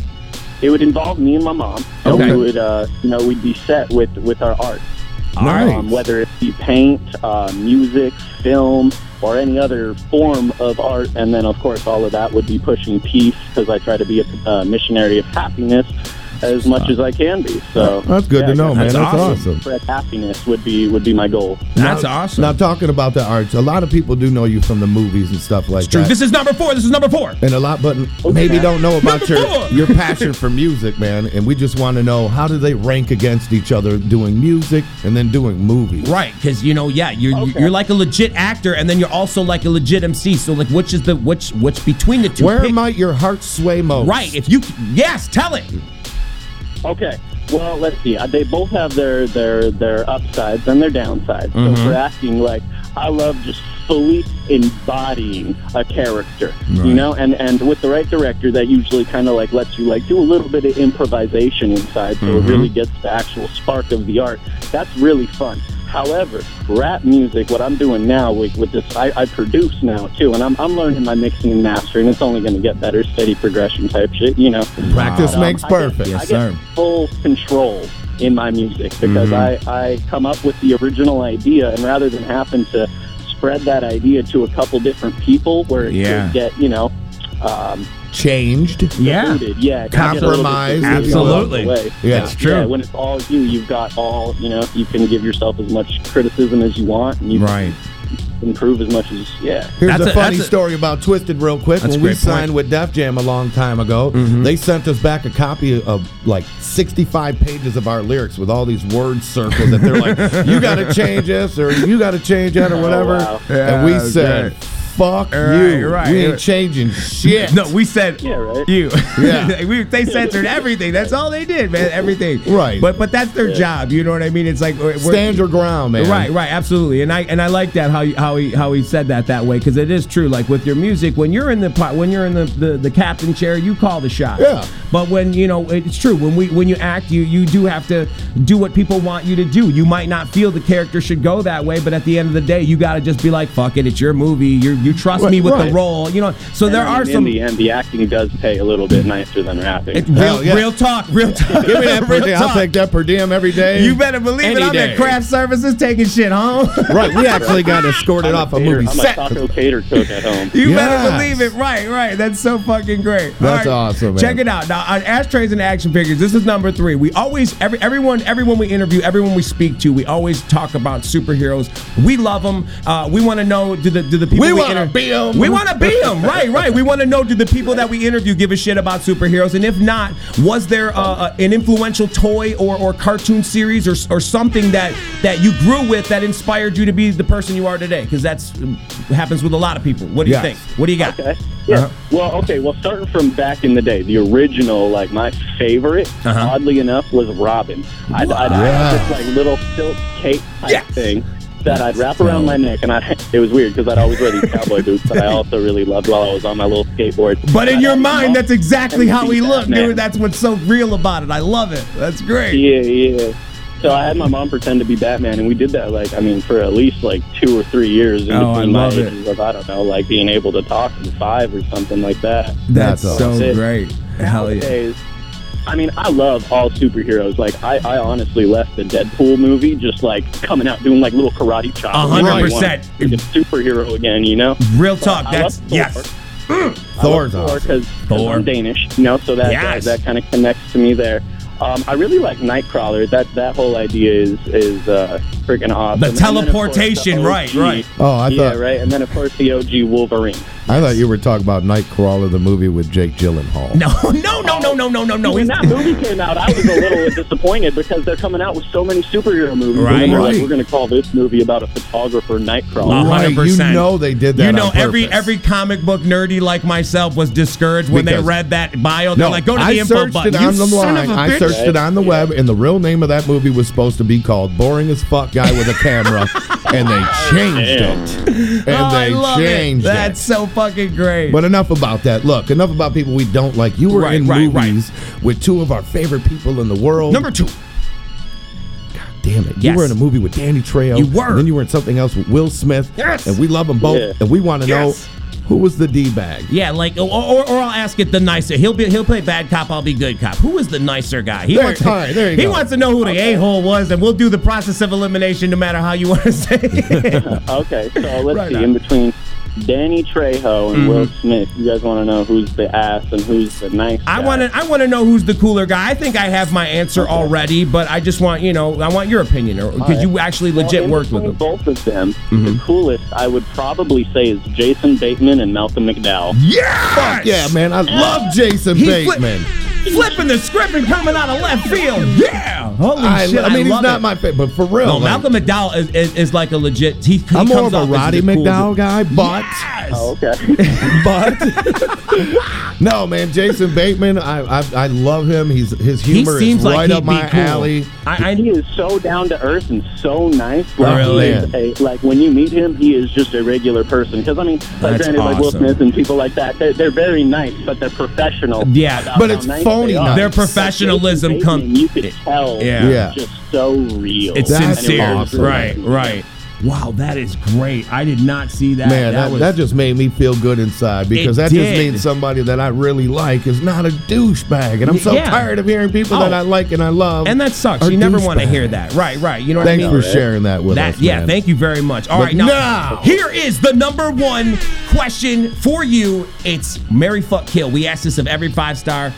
it would involve me and my mom, and
Okay.
we would, uh, you know, we'd be set with with our art,
Nice.
um, whether it be paint, uh, music, film, or any other form of art. And then, of course, all of that would be pushing peace because I try to be a uh, missionary of happiness as much as I can be. So
That's good
yeah,
to know, man.
that's
That's
awesome.
awesome.
Spread happiness would be would be my goal.
That's awesome.
Now, talking about the arts, a lot of people do know you from the movies and stuff like
True.
that.
This is number four. This is number four.
and a lot, but maybe don't know about
Number
your
four.
your passion for music, man. And we just want to know how do they rank against each other doing music and then doing movies?
Right, because you know, yeah, you're
Okay.
you're like a legit actor, and then you're also like a legit MC. So like, which is the which which between the two?
Where
pick-
might your heart sway most?
Right, if you yes, tell it.
Okay. Well,
Mm-hmm.
let's see. Uh, They both have their their their upsides and their downsides. So if we're asking like, I love just fully embodying a character,
Right.
you know. And and with the right director, that usually kind of like lets you like do a little bit of improvisation inside, so
Mm-hmm.
Mhm.
it really gets the actual spark of the art. That's really fun. However, rap music, what I'm doing now with, with this, I, I produce now too, and I'm, I'm learning my mixing and mastering. It's only going to get better, steady progression type shit, you know.
Practice
But, um,
makes
I get-
perfect.
I
Yes,
get
sir.
full control in my music because
Mhm.
I, I come up with the original idea, and rather than happen to spread that idea to a couple different people where it
Yeah.
could get, you know, um,
Changed.
diluted. yeah, it could get a little
Compromised.
bit diluted along the way.
Yeah.
when it's all you, you've got all, you know, you can give yourself as much criticism as you want, and you
Right.
can improve as much as, yeah.
Here's a, funny story about Twisted, real quick.
That's
When
a
we
great point.
signed with Def Jam a long time ago,
Mm-hmm.
they sent us back a copy of like 65 pages of our lyrics with all these word circles that they're like, you got to change this or you got to change that or
Oh,
whatever.
wow.
And we
Yeah,
said,
okay.
fuck you. We ain't changing shit.
No, we said you.
Yeah.
we, they censored everything. That's all they did, man. Everything.
Right.
But but that's their
Yeah.
job. You know what I mean? It's like we're- we're-
Stand your ground, man.
Right, right, absolutely. And I and I like that how you, how he how he said that that way because it is true. Like with your music, when you're in the pot, when you're in the, the the captain chair, you call the shot.
Yeah.
But when you know it's true. When we when you act, you you do have to do what people want you to do. You might not feel the character should go that way, but at the end of the day, you got to just be like, fuck it, it's your movie. You you trust me with the
Right.
role. You know. So
And
there
I
are
mean,
some
In the end, the acting does pay a little bit nicer than rapping.
It- real, real talk, real talk.
Give me that per
real
diem. I'll take that per diem every day.
You better believe
Any
it. I'm
day.
at craft services taking shit home.
Right, we actually got escorted off a movie
I'm
set.
a taco cater cook at home.
You
Yes.
better believe it. Right, right. That's so fucking great. All
That's
right.
awesome, man.
Check it out. Now, on ashtrays and action figures, this is number three. We always, every everyone, everyone we interview, everyone we speak to, we always talk about superheroes. We love them. Uh, we want to know do the do the people
We wanna
inter-
be 'em.
We want to be them. Right, right. We want to know do the people that we interview give a shit about superheroes, and if not, was there uh, uh, an influential toy or or cartoon series or or something that that you grew with that inspired you to be the person you are today? Because that's mm, happens with a lot of people. What do
Yes.
you think? What do you got? Uh-huh.
Okay. Yeah. Well, okay. Well, starting from back in the day, the original, like my favorite,
Uh-huh.
oddly enough, was Robin. I'd, I'd have this like little silk cape type thing that I'd wrap around my neck, and I it was weird because I'd always wear these cowboy boots that I also really loved while I was on my little skateboard.
But in
I'd
your
have them on.
mind, that's exactly how he
Everything
looked,
Batman.
dude. That's what's so real about it. I love it. That's great.
Yeah, yeah. So I had my mom pretend to be Batman, and we did that like I mean for at least like two or three years in
Oh, I
between my
love it.
ages of I don't know like being able to talk in five or something like that.
That's, so
it.
great. Hell yeah.
Nowadays, I mean, I love all superheroes. Like, I, I honestly left the Deadpool movie just like coming out doing like little karate chops.
A hundred percent.
Like a superhero again, you know?
Real talk.
I
That's
love Thor.
yes.
Thor's
Thor's awesome.
because
Thor.
I'm Danish, you know, so that
Yes.
that, kind of connects to me there. Um, I really like Nightcrawler. That that whole idea is is uh, freaking awesome.
The
And then, of course,
teleportation,
the
right,
OG.
right.
Oh, I
yeah,
thought-
right. And then of course the OG Wolverine.
I thought you were talking about Nightcrawler, the movie with Jake Gyllenhaal.
No, no, no, no, no, no, no, no.
When
He's-
that movie came out, I was a little disappointed because they're coming out with so many superhero movies. and
Right.
they're
Right.
Like, We're going to call this movie about a photographer, Nightcrawler.
Right.
Right, You
100%.
know they did that.
You know,
on
every
purpose.
every comic book nerdy like myself was discouraged when they
Because-
read that bio. They're like, go to the
I
info
searched
button.
It
You
on the
son
line.
of a
I
bitch.
searched it on the web, and the real name of that movie was supposed to be called "Boring as Fuck Guy with a Camera," and they changed it. And
Oh, I
they
love it.
changed it.
That's so fucking great.
But enough about that. Look, enough about people we don't like. You were
Right,
in
right, right.
movies with two of our favorite people in the world.
Number two.
Damn it. You
Yes.
were in a movie with Danny Trejo.
You were.
And then you were in something else with Will Smith.
Yes.
And we love them both.
Yeah.
And we want to
Yes.
know who was the D bag?
Yeah, like or, or, or I'll ask it the nicer. He'll be he'll play bad cop. I'll be good cop. Who is the nicer guy? He
There-
wants
all right, there you
he
go.
wants to know who the a hole was, and we'll do the process of elimination no matter how you want to say. it.
Okay, so let's
Right
see.
on.
In between Danny Trejo
Mm-hmm.
and Will Smith, you guys want to know who's the ass and who's the nice
I
guy?
want to. I want to know who's the cooler guy. I think I have my answer already, but I just want you know. I want your opinion, or because you actually legit
well, in
worked with
between
him. Mm-hmm.
Both of them. The coolest, I would probably say, is Jason Bateman and Malcolm McDowell.
Yeah,
Fuck yeah, man. I love Jason
He flipped-
Bateman.
flipping the script and coming out of left field. Yeah, holy
I,
shit!
I mean, he's
love
not
it.
my favorite, but for real.
no,
like,
Malcolm McDowell is, is, is like a legit. He, he
I'm more
comes
of a
off as
Roddy
the coolest-
McDowell guy, but
Yes.
okay.
No, man, Jason Bateman, I I, I love him. He's his
He
humor
seems
is
like
right
he'd
up
be
my
cool.
alley.
he is so down to earth and so nice. Like,
Oh,
he
man.
is a, like when you meet him, he is just a regular person. Because I mean, like,
That's
granted, like Will
awesome.
Smith and people like that, they're, they're very nice, but they're professional. about how nice they are.
Their
Like, Jason
professionalism
Bateman,
comes.
You could tell.
Yeah.
Yeah. Just so real.
It's
And it was
sincere.
awesome.
Right, right. Wow, that is great. I did not see that.
Man, that, that,
was
just made me feel good inside because
It
that
did.
just means somebody that I really like is not a douchebag, and I'm so
Yeah.
tired of hearing people that
Oh.
I like and I love.
And that sucks.
are
You never want to
douchebags.
hear that. Right, right. You know what
Thanks
I mean?
for sharing that with us,
Yeah,
man.
thank you very much. All
But
right, now,
now-
here is the number one question for you. It's Mary Fuck Kill. We ask this of every five star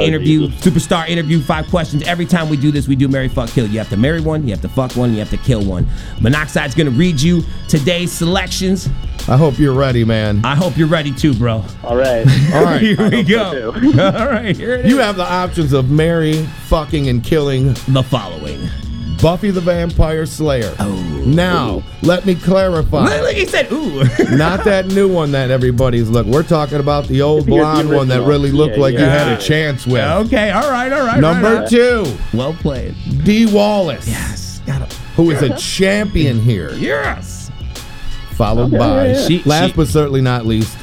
interview, superstar interview, five questions. Every time we do this, we do Mary Fuck Kill. You have to marry one, you have to fuck one, you have to kill one. Monoxide's going to read you today's selections.
I hope you're ready, man.
I hope you're ready too, bro.
All right.
All right.
Here we go. All right, here it is.
You have the options of marry, fucking, and killing
the following. Oh.
Buffy the Vampire Slayer. Now, let me clarify.
Look, he said, ooh.
Not that new one that everybody's look. We're talking about the old
The
blonde one that
original.
really looked
Yeah,
like you
yeah.
had a chance with.
Okay, all right, all right.
Number
right, all
two,
Well played.
D. Wallace.
Yes, got him.
Who is a champion here?
Yes.
Followed
Okay,
by,
yeah, yeah. She-
last
she-
but certainly not least,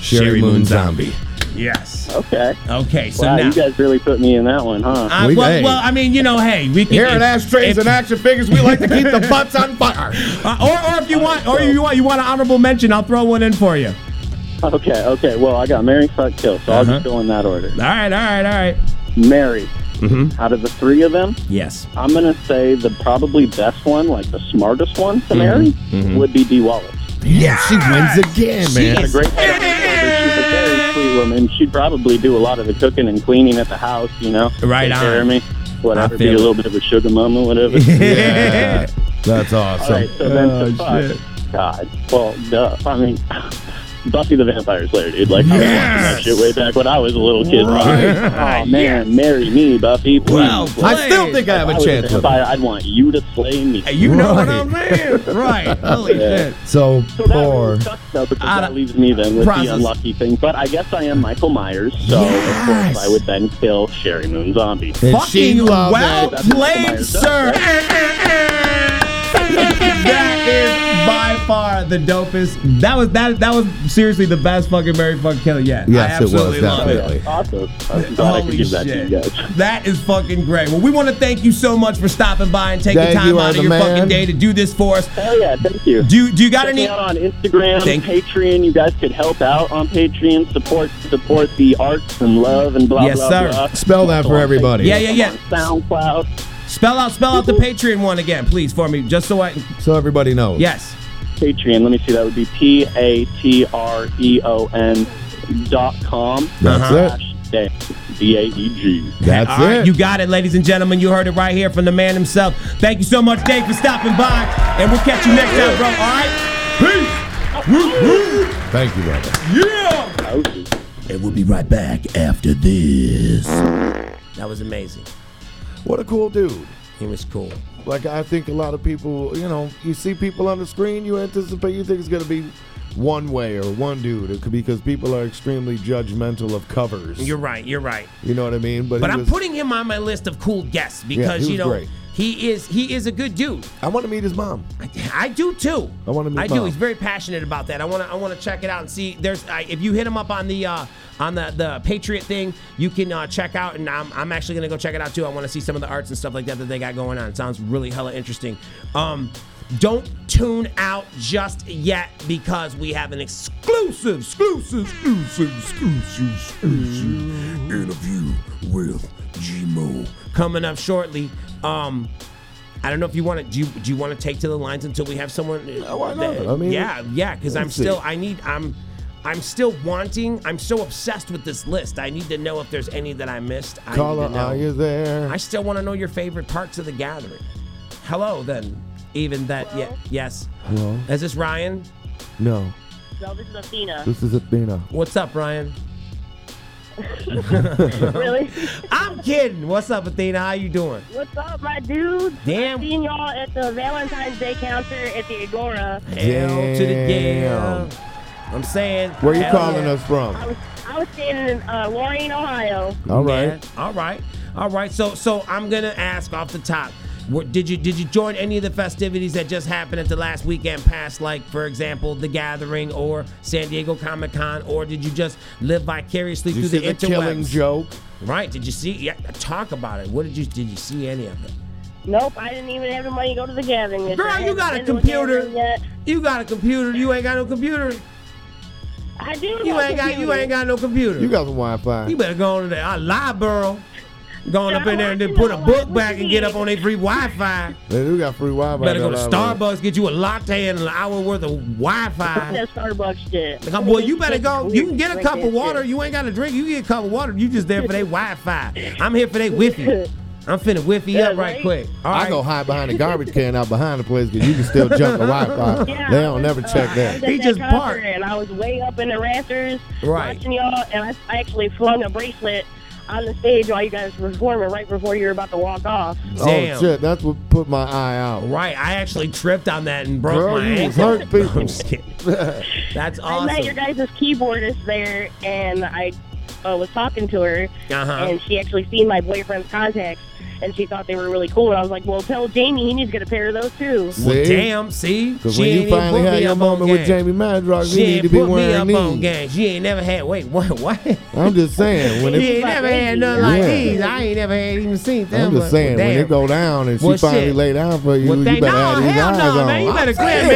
Sherry,
Sherry
Moon,
Moon
Zombie.
Yes.
Okay.
Okay, so
wow,
now.
you guys really put me in that one, huh?
I,
We-
Uh, well,
hey.
well, I mean, you know, hey, we can.
Here at
if-
Ashtrays
if-
and Action Figures, we like to keep the butts on fire.
uh, or, or if you want, or you want, you want an honorable mention, I'll throw one in for you.
Okay, okay. Well, I got Mary, fuck, kill. So I'll just go in that order.
Uh-huh. All right, all right, all right.
Mary. Out of the three of them,
Yes.
I'm gonna say the probably best one, like the smartest one
Mm-hmm.
to marry, would be Dee Wallace.
Yeah, she wins again, man.
She's a great She's a very sweet woman. She'd probably do a lot of the cooking and cleaning at the house, you know.
Right
take Care
on.
of me, whatever.
I
Be
feel
a
it.
little bit of a sugar mama, whatever.
Yeah, that's
All right,
awesome.
so then
Oh,
to fuck, God, well, duh. I mean, Buffy the Vampire Slayer, dude. Like, I was watching that shit way back when I was a little kid.
Right.
Oh man, marry me, Buffy. Please.
Well
Like,
I still think I have
if
a
was
chance with
vampire, I'd want you to slay me.
Hey, you know what
Right.
I'm saying, right? Holy
Yeah.
shit.
So
So that
poor.
really sucks though, because
Outta-
that leaves me then with
Process.
the unlucky thing. But I guess I am Michael Myers, so of
Yes.
course I would then kill Sherry Moon Zombie.
And she
Fucking
loved
well
it.
That's what
played,
Meyer does,
sir. that is by far the dopest. That was that that was seriously the best fucking Mary fuck Kelly yet.
Yes, it
I
was,
absolutely love
definitely.
it.
Really?
Awesome. I'm glad I could
Holy
give that to
shit.
you guys.
That is fucking great. Well, we want to thank you so much for stopping by and taking
Thank
time
you,
out
are
of
the
your fucking
man.
day to do this for us.
Hell yeah, thank you.
Do you, do you got
Check me
any?
out on Instagram,
Thank-
Patreon. You guys could help out on Patreon. Support, support the arts and love and blah
Yes,
blah
sir.
blah.
Spell that for everybody.
Yeah, yeah, yeah.
On SoundCloud, Mm-hmm.
Spell out, spell out the Patreon one again, please, for me, just so I.
So everybody knows.
Yes.
Patreon. Let me see. That would be P A T R E O N dot com.
That's it.
Slash day. D A E G.
That's
All right,
it.
you got it, ladies and gentlemen. You heard it right here from the man himself. Thank you so much, Dave, for stopping by, and we'll catch you next time, bro. All right, peace. Woo, woo.
Thank you, brother.
Yeah. And we'll be right back after this. That was amazing.
What a cool dude.
He was cool.
Like I think a lot of people, you know, you see people on the screen, you anticipate you think it's gonna be one way or one dude. It could be because people are extremely judgmental of covers.
You're right. You're right.
you know what I mean? But,
But
he
I'm
was-
putting him on my list of cool guests
he
because
was
you know
great.
he is he is a good dude.
I want to meet his mom.
I, I do too.
I wanna meet
I do.
Bob.
He's very passionate about that. I want to. I want to check it out and see. There's. I, if you hit him up on the uh, on the the Patriot thing, you can uh, check out. And I'm, I'm actually gonna go check it out too. I want to see some of the arts and stuff like that that they got going on. It sounds really hella interesting. Um, don't tune out just yet because we have an exclusive, exclusive, exclusive, exclusive, exclusive interview with Gmo coming up shortly. Um. I don't know if you want to. Do you do you want to take to the lines until we have someone? uh,
No, why not?
that-
I mean,
yeah, yeah. Because I'm
let's see.
still. I need. I'm. I'm still wanting. I'm so obsessed with this list. I need to know if there's any that I missed. I need
Carla,
to know.
are you there?
I still want to know your favorite parts of the gathering. Hello, then. Even that. Yeah. Yes.
Hello?
Is this Ryan?
No.
No, this is Athena.
This is Athena.
What's up, Ryan?
really?
I'm kidding. What's up, Athena? How you doing?
What's up, my dudes?
Damn.
Seeing y'all at the Valentine's Day counter at the Agora.
Hell to the
Damn.
yeah. I'm saying.
Where you
Hell
calling
yeah.
us from?
I was, I was staying in uh, Lorain, Ohio.
All right.
Man, All right. All right. So so I'm gonna ask off the top. were- Did you did you join any of the festivities that just happened at the last weekend past, like for example the Gathering or San Diego Comic Con, or did you just live vicariously
Did you
through
see
the
the killing
interwebs?
joke?
Right? Did you see? Yeah, talk about it. What did you did you see any of it?
Nope, I didn't even have the money to go to the gathering. yet. I
Girl, you
hadn't
got a
been to
computer.
gathering Yet.
You got a computer. You ain't got no computer.
I do.
You ain't got you ain't got no computer.
You got some Wi-Fi.
You better go on to the I library. Going up in there and then put a book back and get up on their free Wi-Fi.
They do got free Wi-Fi.
Better go to
down there.
Starbucks, get you a latte and an hour worth of Wi-Fi.
That Starbucks shit.
Like, well, you better go. You can get a
Drink
cup
that
of water.
shit.
You ain't got to drink. You get a cup of water. You just there for their Wi-Fi. I'm here for their whiffy. I'm finna whiffy up right,
right?
quick. All
I
right.
go hide behind a garbage can out behind the place because you can still jump the Wi-Fi.
Yeah,
they
I
don't
was,
never
uh,
check
I was
that.
at
He just
concert
barked.
And I was way up in the rafters
Right.
watching y'all, and I I actually flung a bracelet on the stage while you guys were performing right before you were about to walk off.
Damn.
Oh shit, that's what put my eye out.
Right. I actually tripped on that and broke
Girl,
my
you was
ankle.
hurt people.
I'm just kidding. That's
I met your
awesome.
guys' keyboardist there, and I uh, was talking to her,
Uh-huh.
and she actually seen my boyfriend's contacts, and she thought they were really cool. And I was like, well, tell Jamie he needs to get a pair of those too.
See?
Well, damn. See,
Because
She
when
ain't
you
even
finally
put
had
me
your
up on
moment
game.
with Jamie Madrox,
She
you need
ain't
to be
put me up
wearing
on
these.
game. She ain't never had. Wait, what? What?
I'm just saying when
She
it,
ain't never had nothing like
Yeah.
these. I ain't never had even seen them.
I'm just saying when it go down and she
Well,
finally
shit.
lay down for you,
Well,
you
thank,
better
no,
have these
hell
eyes
no,
on.
man. You
I'm
better quit,
saying.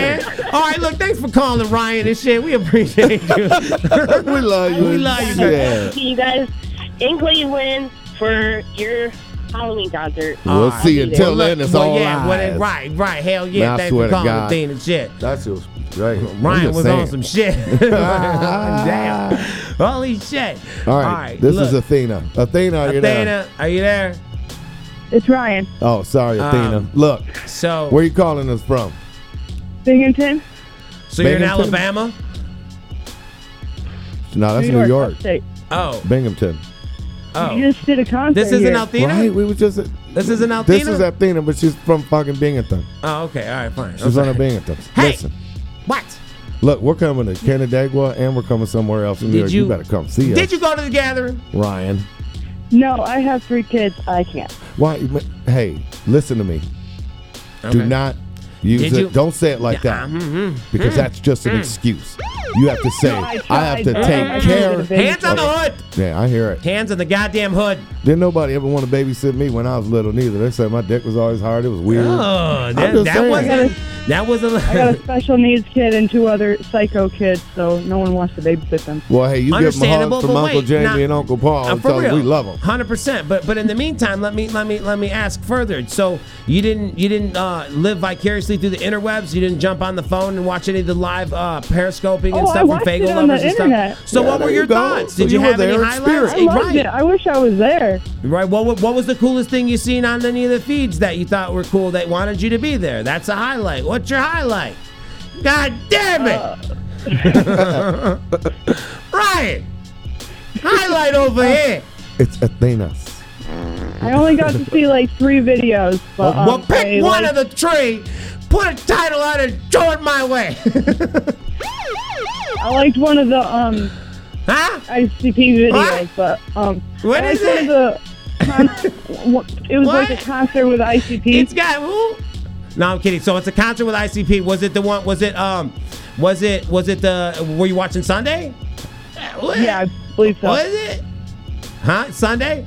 man. All right, look, thanks for calling Ryan and shit. We appreciate you.
we love you.
We love you, man.
Yeah.
See you guys in Cleveland for your Halloween concert.
We'll
right.
see you. Until
Well,
then,
look,
it's
well,
all
yeah, well,
lies.
Right, right. Hell yeah.
Man, I
thanks
swear
for
to
calling
God.
Dean and shit.
That's just right. I'm
Ryan
just
was on
saying.
some shit. Damn. Holy shit.
Ah, All right, this is Athena. Athena, are you there?
Athena, are you there?
It's Ryan.
Oh, sorry, Athena.
Um,
Look,
So,
where you calling us from?
Binghamton.
so you're in
Binghamton?
Alabama?
No, that's New York.
upstate.
Oh,
Binghamton.
You
oh.
just did a concert.
This isn't
here.
Athena?
Right, we were just. At,
This isn't Athena?
This is Athena, but she's from fucking Binghamton.
Oh, okay. All right, fine. I'm
She's on a
sorry.
Binghamton.
Hey!
Listen,
What?
look, we're coming to Canandaigua and we're coming somewhere else in New
Did
York.
you-
You better come see us,
Did you go to the gathering?
Ryan.
No, I have three kids. I can't.
Why? you ma- Hey, listen to me. Do
Okay.
not use
Did
it.
you- mm-hmm. Mm.
Don't say it like that because that's just an excuse. You have to say,
I
I, have
tried.
to
I
take
tried.
care.
Hands on the hood.
Yeah, I hear it.
Hands on the goddamn hood.
Didn't nobody ever want to babysit me when I was little, neither. They said my dick was always hard. It was weird.
Oh,
I'm
that,
just
that
saying.
wasn't. That wasn't.
I got a special needs kid and two other psycho kids, so no one wants to babysit them.
Well, hey, you give them a
Understandable,
hug from
but
Uncle
wait,
Jamie
nah.
and Uncle Paul
Uh,
and
for
tell
real,
them we love them.
Hundred percent. But but in the meantime, let me let me let me ask further. So you didn't you didn't uh, live vicariously through the interwebs. You didn't jump on the phone and watch any of the live uh, periscoping and
Oh, I
stuff from
watched
Fagel
it on the
lovers and
internet.
stuff. So
Yeah,
what were
there
your
you go.
thoughts?
So
Did
you
you,
were
have any
there in
highlights?
spirit.
I loved
right.
it. I wish I was there.
Right. What, what what was the coolest thing you seen on any of the feeds that you thought were cool that wanted you to be there? That's a highlight. What's your highlight? God damn it,
Uh,
Ryan! Highlight over here.
It's Athena's.
I only got to see like three videos. But, um,
well, pick
I,
one
like,
of the three, put a title on it, throw it my way.
I liked one of the um
huh?
ICP videos,
What?
but um,
What
I
is
liked
it?
One of the con- it was like
What?
a concert with ICP.
It's got who? No, I'm kidding. So it's a concert with ICP. Was it the one? Was it um? Was it was it the? Were you watching Sunday? What?
yeah, I believe so.
Was it? Huh? Sunday?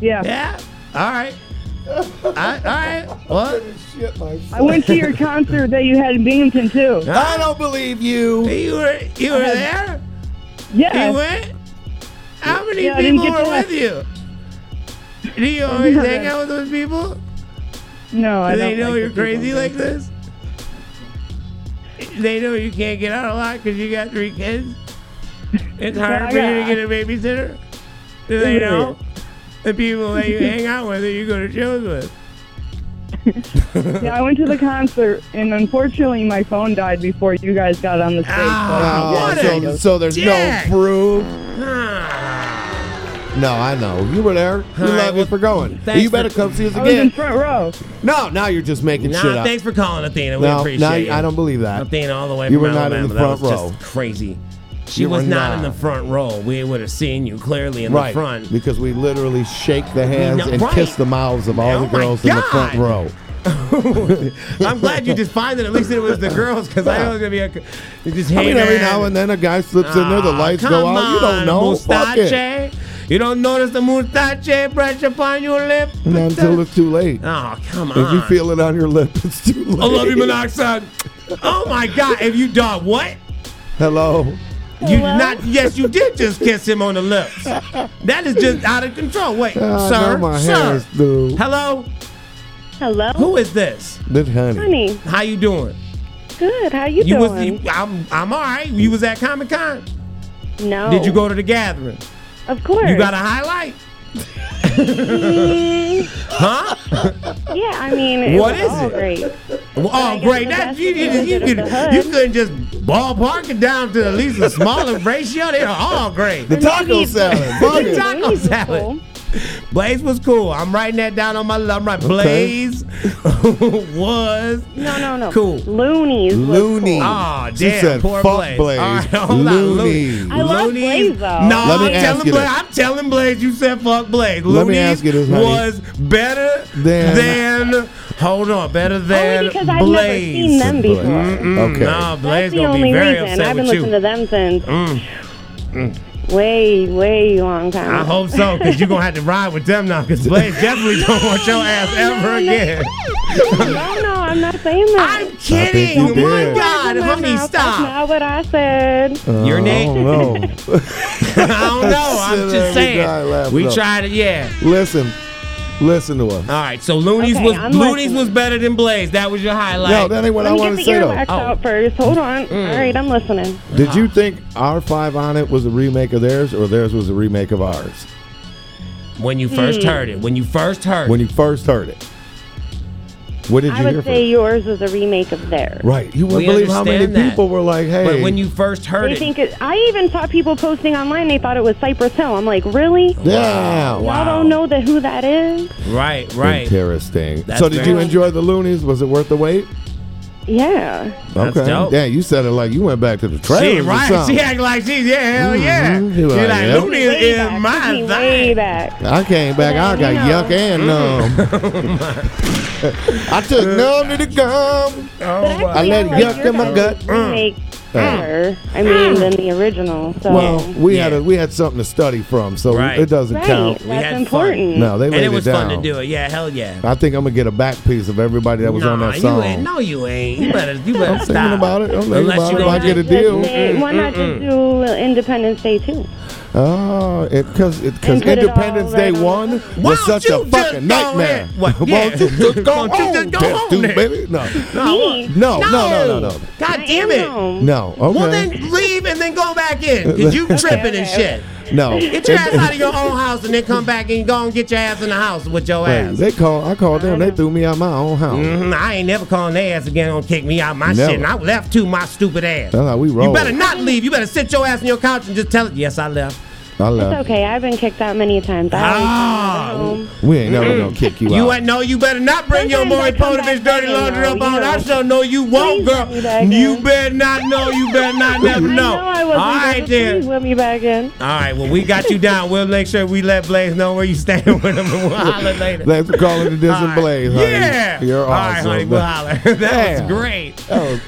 Yeah.
Yeah. All right. all right. All right. What?
I went to your concert that you had in Binghamton too.
I don't believe you.
You were you were there? You
Yeah,
went? How many
Yeah, I didn't
people
get
were
to
with you? Do you always hang out with those people?
no, Oh, I
Do
don't.
they know
like
you're
the people.
crazy like this? They know you can't get out a lot because you got three kids. It's hard for you to get a babysitter. Do they know the people that you hang out with that you go to shows with?
Yeah, I went to the concert, and unfortunately, my phone died before you guys got on the stage. so I
Ah,
can't
what Ah.
get
a
videos.
so, so there's
dick.
no proof.
Ah.
No, I know. You were there. We
All right,
love you for going.
thanks
You better
for-
come see us
I
again.
was in
front row.
No, now you're just making shit
Nah,
up.
thanks for calling, Athena. We
No,
appreciate
now
it.
I don't believe that.
Athena all the way
You
from
were not in
Alabama.
the front
that was
row.
just crazy. She
You
was
were
not, in
not.
the front row. We would have seen you clearly in
right,
the front.
because we literally shake the hands
No,
and
right.
kiss the mouths of all
Oh
the
my
girls in the front
God.
row.
I'm glad you just find that at least it was the girls because I know it's gonna be a. they Just
I
hey,
mean, every
man.
now and then a guy slips in there, the
Ah,
lights go
come
out. you
on,
don't know. Fuck it.
mustache. You don't notice the mustache brush upon your lip.
Not until it's too late.
Oh, come
If you
on.
feel it on your lip, it's too late.
I love you, monoxide. Oh my God! Have you done what?
Hello.
You did not? Yes, you did just kiss him on the lips. That is just out of control. Wait,
Ah,
sir,
now my
sir.
hair is through.
Hello,
Hello.
who is this?
This honey.
Honey,
How you doing?
good. How you,
you
doing?
was. you- I'm. I'm all right. You was at Comic Con.
no.
Did you go to the gathering?
Of course.
You got a highlight? huh?
Mm-hmm. Yeah, I mean, it
What
was
is
all
it?
great.
Well,
I
oh,
got
great.
the
That,
best
you, you,
advantage
you,
of
could,
the hood.
you couldn't just ballpark it down to at least a smaller ratio. They're all great.
The taco salad. Fuck
the
it.
taco salad. Blaze was cool. I'm writing that down on my. li- I'm right. Blaze was
No, no, no.
cool.
Loonies.
Looney.
Oh, damn.
She said,
poor
"Fuck
Blaze.
Blaze.
All right, hold on. Looney.
Looney. I
love Blaze, though.
No,
Let me
I'm
ask
telling
you
Blaze.
this.
I'm telling Blaze you said fuck Blaze.
Let me
Looney
ask you this, honey.
was better
Than-
than, hold on, better than
Only because I've never
Blaze.
seen them before.
Mm-mm.
Okay.
Nah, Blaze
That's the
gonna be
only
very
reason.
upset
I haven't
with you.
listened to them since
Mm.
way, way long time.
I
ago.
hope so, because you're going to have to ride with them now, because Blaze definitely don't want your ass ever again.
no, no, I'm not saying that. I'm
kidding.
you Oh, my did.
God, honey,
That's
stop.
not what I said.
Your name?
Uh, I don't know.
I don't know. I'm
Shit,
just
every guy
saying.
laughing
We
up.
tried it, yeah.
Listen. Listen to us.
All right, so Looney's
Okay,
was
I'm
Looney's
listening.
was better than Blaze. That was your highlight. Oh.
No, that ain't what
Let
I
me
want
get
to
the
say,
earwax
though.
out first. Hold on.
Mm.
All right, I'm listening.
Did you think our five on it was a remake of theirs, or theirs was a remake of ours
When you first
Hmm.
heard it, when you first heard,
when you first heard it? What did
I
you hear
would
from?
say yours is a remake of theirs.
Right, you wouldn't
We
believe how many
understand that.
people were like, "Hey."
but when you first heard
They
it,
think it. I even saw people posting online. They thought it was Cypress Hill. I'm like, really?
yeah,
Y'all don't know the, who that is?
right, right.
interesting.
That's
so, did
very-
you enjoy the Loonies? Was it worth the wait?
Yeah.
That's
okay,
dope.
yeah, you said it like you went back to the trailer.
She right. She act like she's yeah, hell yeah.
Mhm. She
She
like,
like,
yep.
Looney
Way
is
back. Took
my
me
thing.
way back.
I came back. I got yuck and
Mm-hmm.
numb. I took
Uh,
numb to the
Oh,
gum.
But
I let
feel like
yuck in my
your
gut. Mm.
guys' Remake better. I mean, than the original. So.
Well, we had a, we had something to study from, so
Right.
it doesn't
Right,
count.
that's
had fun.
important.
No, they
and
laid
it was
it
fun to
down.
do it. Yeah, hell yeah.
I think I'm gonna get a back piece of everybody that was on
Nah,
that song.
you ain't. No, you ain't. You better. You better
I'm thinking
stop.
about it. I'm thinking
Unless
about
you
it.
gonna
If I get a
do-
deal.
Hey, why not just do Independence Day too?
Oh, because it,
And
because
put it all
Independence Day
right on
one
Why
was such a
don't you just
fucking
go
nightmare.
ahead? What?
Won't you
Yeah.
just go
Won't you just
home,
go
Death
home
Dude,
then?
baby? No,
No,
Me?
no, no, no, no, no.
God damn it.
No, okay.
Well, then leave and then go back in. Cause you tripping and shit.
no.
Get your ass out of your own house and then come back and go and get your ass in the house with your
Hey,
ass.
they call. I called them. They threw me out my own house.
Mhm, I ain't never calling their ass again. Gonna kick me out my
Never.
shit. And I left too, my stupid ass.
That's how we roll.
You better not leave. You better sit your ass on your couch and just tell it. Yes, I left.
I
It's
left.
okay. I've been kicked out many times. I always
Ah.
come home.
We ain't never
Mm-hmm.
gonna kick you,
You
out.
ain't no. You better not bring your Maury
Sometimes I come back
Povich dirty
in,
laundry
though,
up
you
on. I
know.
sure know you won't,
Please
girl.
let me back
You
in.
better not know. You better not never
I
know.
know I
All
wasn't
right,
able to
then.
please Let me back in.
All right. Well, we got you down. We'll make sure we let Blaze know where you stand with him, and we'll holler later.
Thanks for calling the
All
Disney
right.
Blaze, honey.
Yeah.
You're
All right,
awesome.
honey. We'll holler. that
Damn.
was great.
Oh,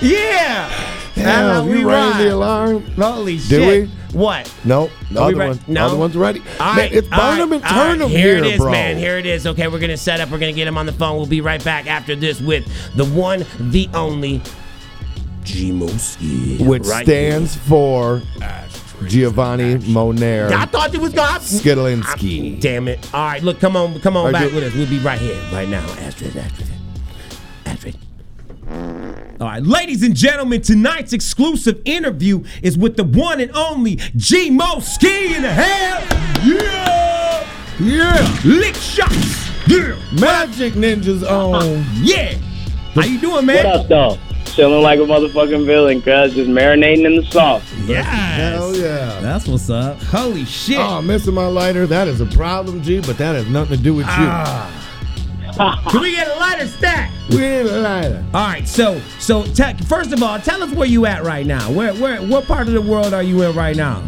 Yeah.
Damn,
That's how
you
we
rang
ride.
the alarm?
Holy
Did
shit.
we?
What?
nope. The
Are we
other
ready?
one. The
No.
other one's ready.
All
Man,
right,
it's
all right,
burn 'em and
all
turn
right.
'em
Here,
here,
it is,
bro.
man. Here it is. Okay, we're gonna set up. We're gonna get him on the phone. We'll be right back after this with the one, the only G Moski,
which
right
stands for Giovanni Moner
here. I thought it was gone.
Skidlinski.
Damn it! All right, look, come on, come on
Are
back
you-
with us. We'll be right here, right now. Astrid, Astrid, Astrid.
All right, ladies and gentlemen, tonight's exclusive interview is with the one and only G Mo Ski in the hell. Yeah! Yeah! Lick shots! Yeah!
Magic Ninja's own.
Yeah! How you doing, man?
What up, though? Chilling like a motherfucking villain, cuz. Just marinating in the sauce.
Yes. Hell yeah.
That's what's up.
Holy shit. Oh, missing my lighter. That is a problem, G, but that has nothing to do with Ah. you.
Can we get a lighter stack?
We need a lighter.
All right, so so te- first of all, tell us where you at right now. Where where what part of the world are you in right now?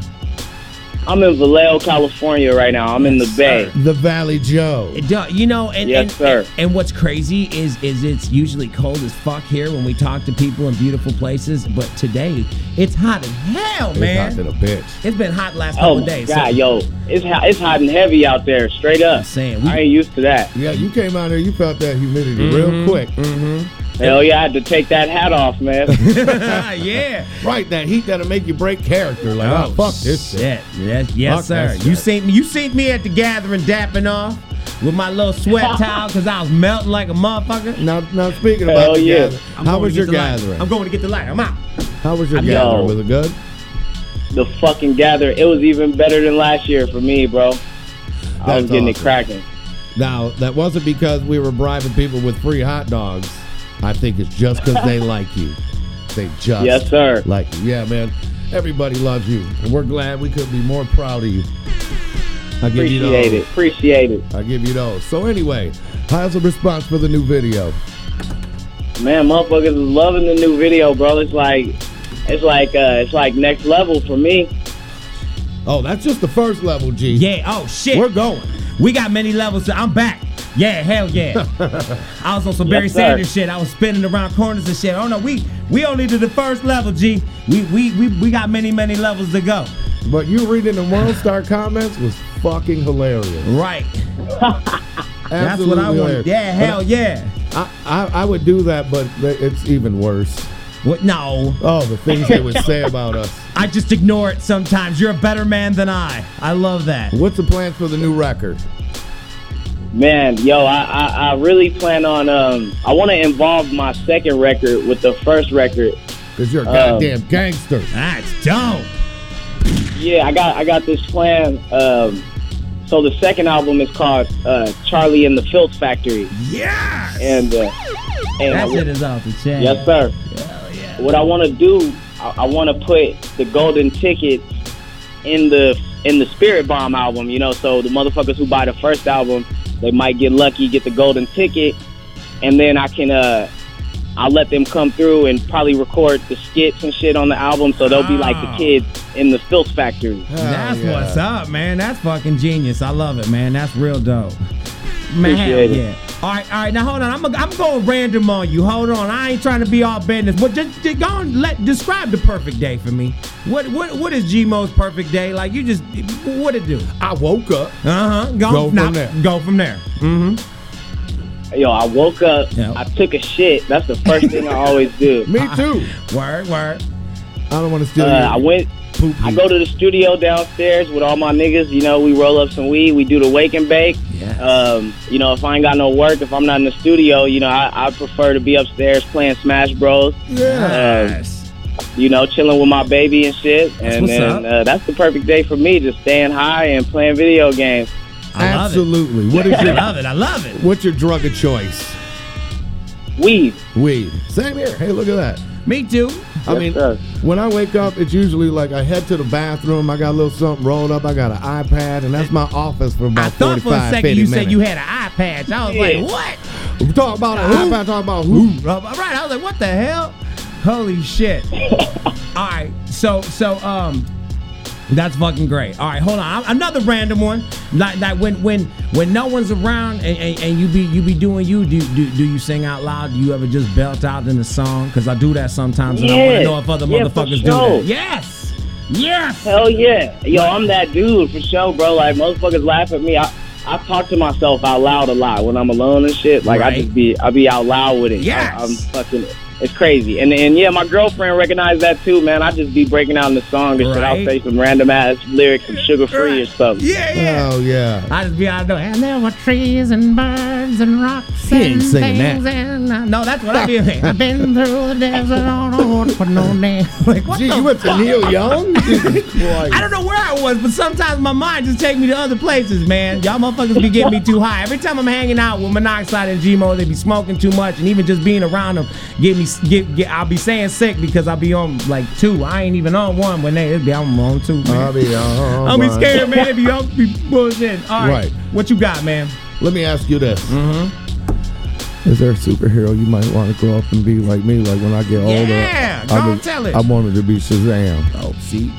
I'm in Vallejo, California right now. I'm in the Bay.
The Valley Joe.
It do- You know, and
Yes,
and,
sir.
And, and what's crazy is is it's usually cold as fuck here when we talk to people in beautiful places, but today it's hot as hell,
It's
Oh, man.
hot to the bitch.
It's been hot last couple
Oh my
days.
god,
so-
yo, it's hot, it's hot and heavy out there, straight up. Saying, I ain't used to that.
Yeah, you came out here, you felt that humidity real quick. Mm-hmm.
Hell yeah, I had to take that hat off, man.
yeah.
Right, that heat that'll make you break character. Like, oh, fuck this shit.
Shit. Yes, yes
Fuck that
sir.
shit.
You seen me? You seen me at the gathering dapping off with my little sweat towel because I was melting like a motherfucker.
Now, now speaking about Hell the yeah. gathering, how was your gathering?
I'm going to get the light. I'm out.
How was your
I'm
gathering?
yo.
Was it good?
the fucking gather. It was even better than last year for me, bro. I was
That's
getting it
awesome.
cracking.
Now, that wasn't because we were bribing people with free hot dogs. I think it's just because they like you. They just
Yes, sir.
like you. Yeah, man. Everybody loves you. And we're glad we could be more proud of you. I give you
Appreciate
those.
it. Appreciate it.
I give you those. So anyway, how's the response for the new video?
Man, motherfuckers is loving the new video, bro. It's like, it's like, uh, it's like next level for me.
Oh, that's just the first level, G.
Yeah. Oh shit. We're going. We got many levels. So I'm back. Yeah. Hell yeah. I was on some
Yes,
Barry
sir.
Sanders shit. I was spinning around corners and shit. Oh no, we we only did the first level, G. We we we, we got many many levels to go.
But you reading the World Star comments was fucking hilarious.
Right. That's
Absolutely
what I wanted.
hilarious.
Yeah.
But
Hell yeah.
I, I, I would do that, but th- it's even worse.
What? No.
Oh, the things they would say about us.
I just ignore it sometimes. You're a better man than I. I love that.
What's the plan for the new record?
Man, yo, I, I, I really plan on, um, I want to involve my second record with the first record.
Cause you're a
Um,
goddamn gangster.
That's dope.
Yeah, I got, I got this plan. Um, so the second album is called uh, Charlie and the Filth Factory.
Yeah.
And, uh, and
That
I-
shit is off the chain.
Yes, sir. What I want to do, I, I want to put the golden ticket in the in the Spirit Bomb album. You know, so the motherfuckers who buy the first album, they might get lucky, get the golden ticket, and then I can uh, I'll let them come through and probably record the skits and shit on the album, so they'll be like
Ah.
the kids in the Filth Factory.
Oh,
That's what's up, man. That's fucking genius. I love it, man. That's real dope. Man, hell
Appreciate it.
yeah. All right, all right. Now hold on. I'm i I'm going random on you. Hold on. I ain't trying to be all business, but just, just go and let describe the perfect day for me. What what what is Gmo's perfect day like? You just what it do?
I woke up.
Uh huh. Go,
Go from
nah,
there.
Go from there. Mm-hmm.
Yo, I woke up, I took a shit. That's the first thing I always do.
Me too.
word word.
I don't want to
Uh,
steal. your-
I went. I go to the studio downstairs with all my niggas. You know, we roll up some weed. We do the wake and bake. Um, you know, if I ain't got no work, if I'm not in the studio, you know, I, I prefer to be upstairs playing Smash Bros. Um,
Yes.
you know, chilling with my baby and shit. and
what's
then uh, that's the perfect day for me, just staying high and playing video games.
Absolutely. What is
I
your?
love it. I love it.
What's your drug of choice?
Weed.
Weed. Same here. Hey, look at that.
Me too.
I mean, when I wake up, it's usually like I head to the bathroom. I got a little something rolled up. I got an iPad, and that's my office for about
Thought
45,
for a second
50
you
minutes.
said you had an eye patch. I was
Yeah.
like, what?
We're talking about an iPad. Talking about who?
All right. I was like, what the hell? Holy shit. All right. So so um that's fucking great. All right, hold on. I'm- Another random one. Like like when when when no one's around and, and, and you be you be doing you do, do do you sing out loud? Do you ever just belt out in a song? Cuz I do that sometimes and I want to
Yeah.
know if other
Yeah, for
motherfuckers
sure.
do that. Yes. Yes.
Hell yeah. Yo, I'm that dude for sure, bro. Like, motherfuckers laugh at me. I, I talk to myself out loud a lot when I'm alone and shit. Like, I
Right.
just be, I be out loud with it.
Yes.
I, am fucking, it's crazy. And, and yeah, my girlfriend recognized that too, man. I just be breaking out in the song and shit. I'll
Right.
say some random ass lyrics, some sugar free or something.
Yeah,
yeah. Oh, yeah.
I just be out there, and there were trees and birds and rocks
He ain't
and
singing
things
that.
and I- no, that's what I be. I've been through the desert on a horse for no name. Like what
Gee,
the
you went to
fuck?
Neil Young? Jesus Christ.
I don't know where I was, but sometimes my mind just take me to other places, man. Y'all motherfuckers be getting me too high. Every time I'm hanging out with Monoxide and Gmo, they be smoking too much, and even just being around them get me
get, get I'll be saying sick because I'll be on like two. I ain't even on one when they it'll be I'm on two. Man.
I'll be on
I'll be
one.
scared, man. If you all be bullshit. All right.
uh-huh, Right.
What you got, man?
Let me ask you this.
Mm-hmm.
Is there a superhero you might want to grow up and be like me? Like when I get older,
Yeah,
I
go
be-
tell it.
I wanted to be Shazam. Oh, see,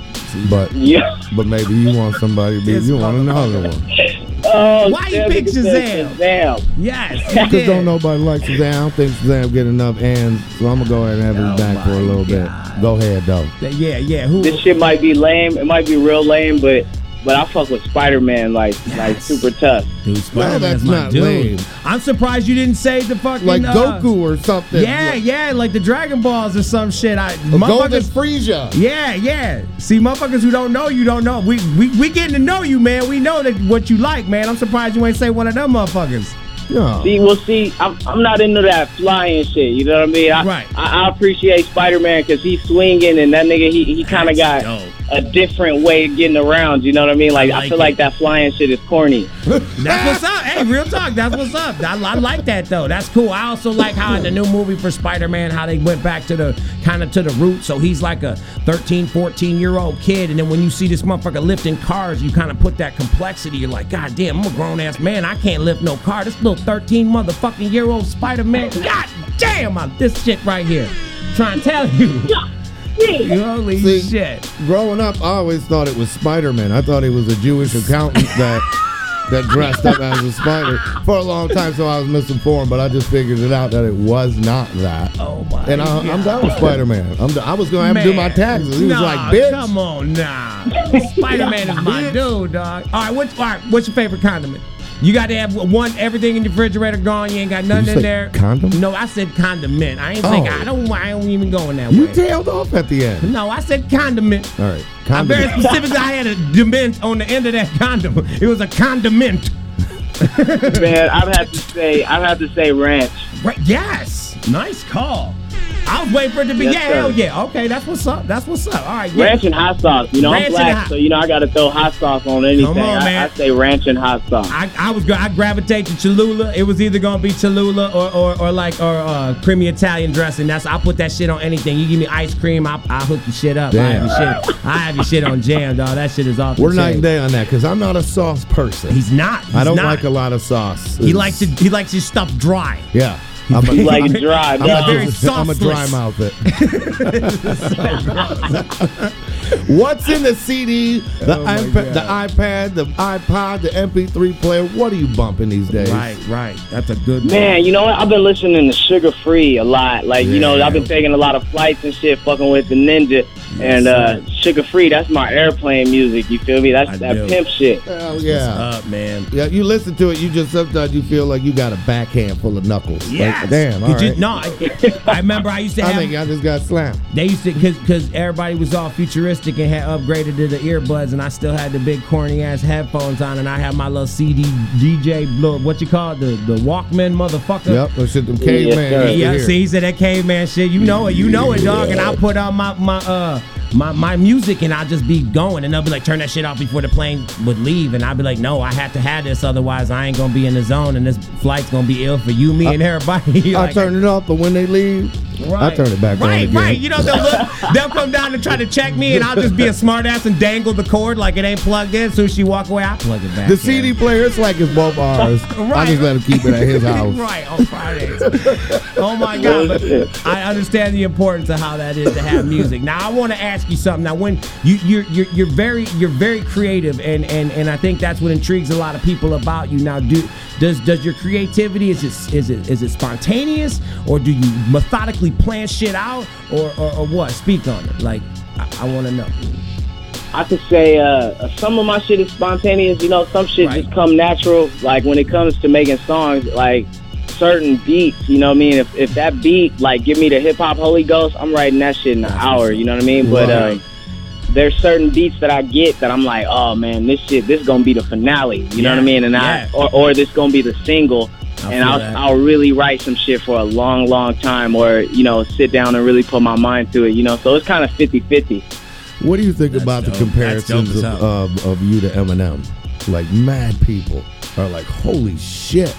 but
Yeah.
but maybe you want somebody to be. You want another one.
Oh,
Why you
Sam,
pick
nigga said
Shazam?
Shazam.
Yes. you
Because
did.
don't nobody like Shazam. I don't think Shazam get enough hands, so I'm gonna go ahead and have
Oh
his back for a little bit. Go ahead though.
Yeah, yeah. Who?
This shit might be lame. It might be real lame, but but I fuck with Spider Man like like super tough.
Dude, Spider-Man's
that's
my
not
dude.
lame.
I'm surprised you didn't say the fucking
Like
uh,
Goku or something.
Yeah, yeah, like the Dragon Balls or some shit. I
Golden
motherfuckers.
Frieza.
Yeah, yeah. See, motherfuckers who don't know you don't know. We we we getting to know you, man. We know that what you like, man. I'm surprised you ain't say one of them motherfuckers.
Yeah.
See, well, see, I'm, I'm not into that flying shit. You know what I mean? I, right. I, I appreciate Spider Man because he's swinging and that nigga, he, he kind of got a different way of getting around. You know what I mean? Like, I, feel like that flying shit is corny.
That's what's up. Hey, real talk. That's what's up. I, I like that though. That's cool. I also like how in the new movie for Spider-Man, how they went back to the kind of to the root. So he's like a 13, 14 year old kid, and then when you see this motherfucker lifting cars, you kind of put that complexity. You're like, God damn, I'm a grown ass man. I can't lift no car. This little 13 motherfucking year old Spider-Man. God damn, I'm this shit right here. Trying to tell you. Holy shit.
Growing up, I always thought it was Spider Man. I thought he was a Jewish accountant that that dressed up as a spider for a long time, so I was misinformed. But I just figured it out that it was not that.
Oh my!
And I, I'm done with Spider Man. I'm done. I was gonna have to do my
Man,
taxes. He
nah,
was like, "Bitch,
Come on, nah. Spider Man is my dude, dog. All right, what's all right, what's your favorite condiment? You got to have one everything in the refrigerator gone. You ain't got nothing
you
in
say
there.
condom?
No, I said condiment. I ain't think
Oh.
I don't. I don't even go in that
you
way.
tailed off at the end."
no, I said condiment.
All right,
I'm very
condiment.
specific. I had a dement on the end of that condom. It was a condiment.
Man, I'd have to say, I'd have to say ranch.
Right? Yes. Nice call. I was waiting for it to be.
Yes,
yeah,
sir.
hell yeah. Okay, that's what's up. That's what's up. All right. yeah.
Ranch and hot sauce. You know,
Ranch
I'm
and
black,
hot-
so, you know, I got to throw hot sauce on anything.
Come on,
I,
man.
I say ranch and hot sauce.
I, I was I gravitate to Cholula. It was either gonna be Cholula or or, or like or uh, creamy Italian dressing. That's I put that shit on anything. You give me ice cream, I I hook your shit up. I have your shit. I have your shit on jam, dog. That shit is off. the
We're night
chain.
and day on that because I'm not a sauce person.
He's not.
I
He's
don't
not.
like a lot of sauce.
He likes it. He likes his stuff dry.
Yeah.
He likes it dry,
I'm,
dog.
a-
Very
I'm a dry
sauceless.
mouth. It. What's in the CD, the,
Oh my
iPad, the
God.
iPad, the iPod, the MP3 player? What are you bumping these days?
Right, right. That's a good
Man, you know what? I've been listening to Sugar Free a lot. Like, you know, I've been taking a lot of flights and shit, fucking with the Ninja. and uh, Sugar Free, that's my airplane music. You feel me? That's that
do.
pimp shit.
Hell Oh, yeah.
up, man.
Yeah, you listen to it. You just sometimes you feel like you got a backhand full of knuckles. Like,
Yes.
damn. all
Did you-
right.
No, I, I remember I used to
I
have.
think I just got slammed.
They used to, cause, cause everybody was all futuristic and had upgraded to the earbuds, and I still had the big corny ass headphones on, and I had my little CD DJ, little, what you call it, the the Walkman motherfucker.
Yep. Those shit, them caveman.
Yeah,
used to
yeah,
hear.
see, he said that caveman shit. You know it, you know it, dog. And I put on my my uh my my music, and I'll just be going, and they'll be like, turn that shit off before the plane would leave, and I'll be like, no, I have to have this, otherwise I ain't gonna be in the zone, and this flight's gonna be ill for you, me, and everybody.
I
Like,
turn it off, but when they leave, I turn it back on
Right,
again.
right. You know, they'll look, they'll come down and try to check me, and I'll just be a smartass and dangle the cord like it ain't plugged in. So she walk away, I plug it back.
The
in.
CD player, it's like it's both ours. I just let him keep it at his house.
right on Fridays. oh my God! But I understand the importance of how that is to have music. Now I want to ask you something. Now when you you're, you're you're very you're very creative, and and and I think that's what intrigues a lot of people about you. Now do does does your creativity is it is it is it spontaneous or do you methodically plan shit out or or, or what? Speak on it. Like I, I want to know.
I could say uh, uh, some of my shit is spontaneous. You know, some shit just come natural. Like when it comes to making songs, like certain beats. You know what I mean? If, if that beat like give me the hip hop holy ghost, I'm writing that shit in an hour. You know what I mean? But
Right.
um, there's certain beats that I get that I'm like, oh man, this shit, this gonna be the finale. You know what I
Yeah,
mean? And
yeah.
I or, or this gonna be the single.
I
and
feel
I'll
that.
I'll really write some shit for a long, long time, or you know, sit down and really put my mind to it. You know, so it's kind of 50-50.
What do you think about the comparisons
That's
of,
dope as
of, of you to Eminem? Like, mad people are like, holy
Ah.
shit.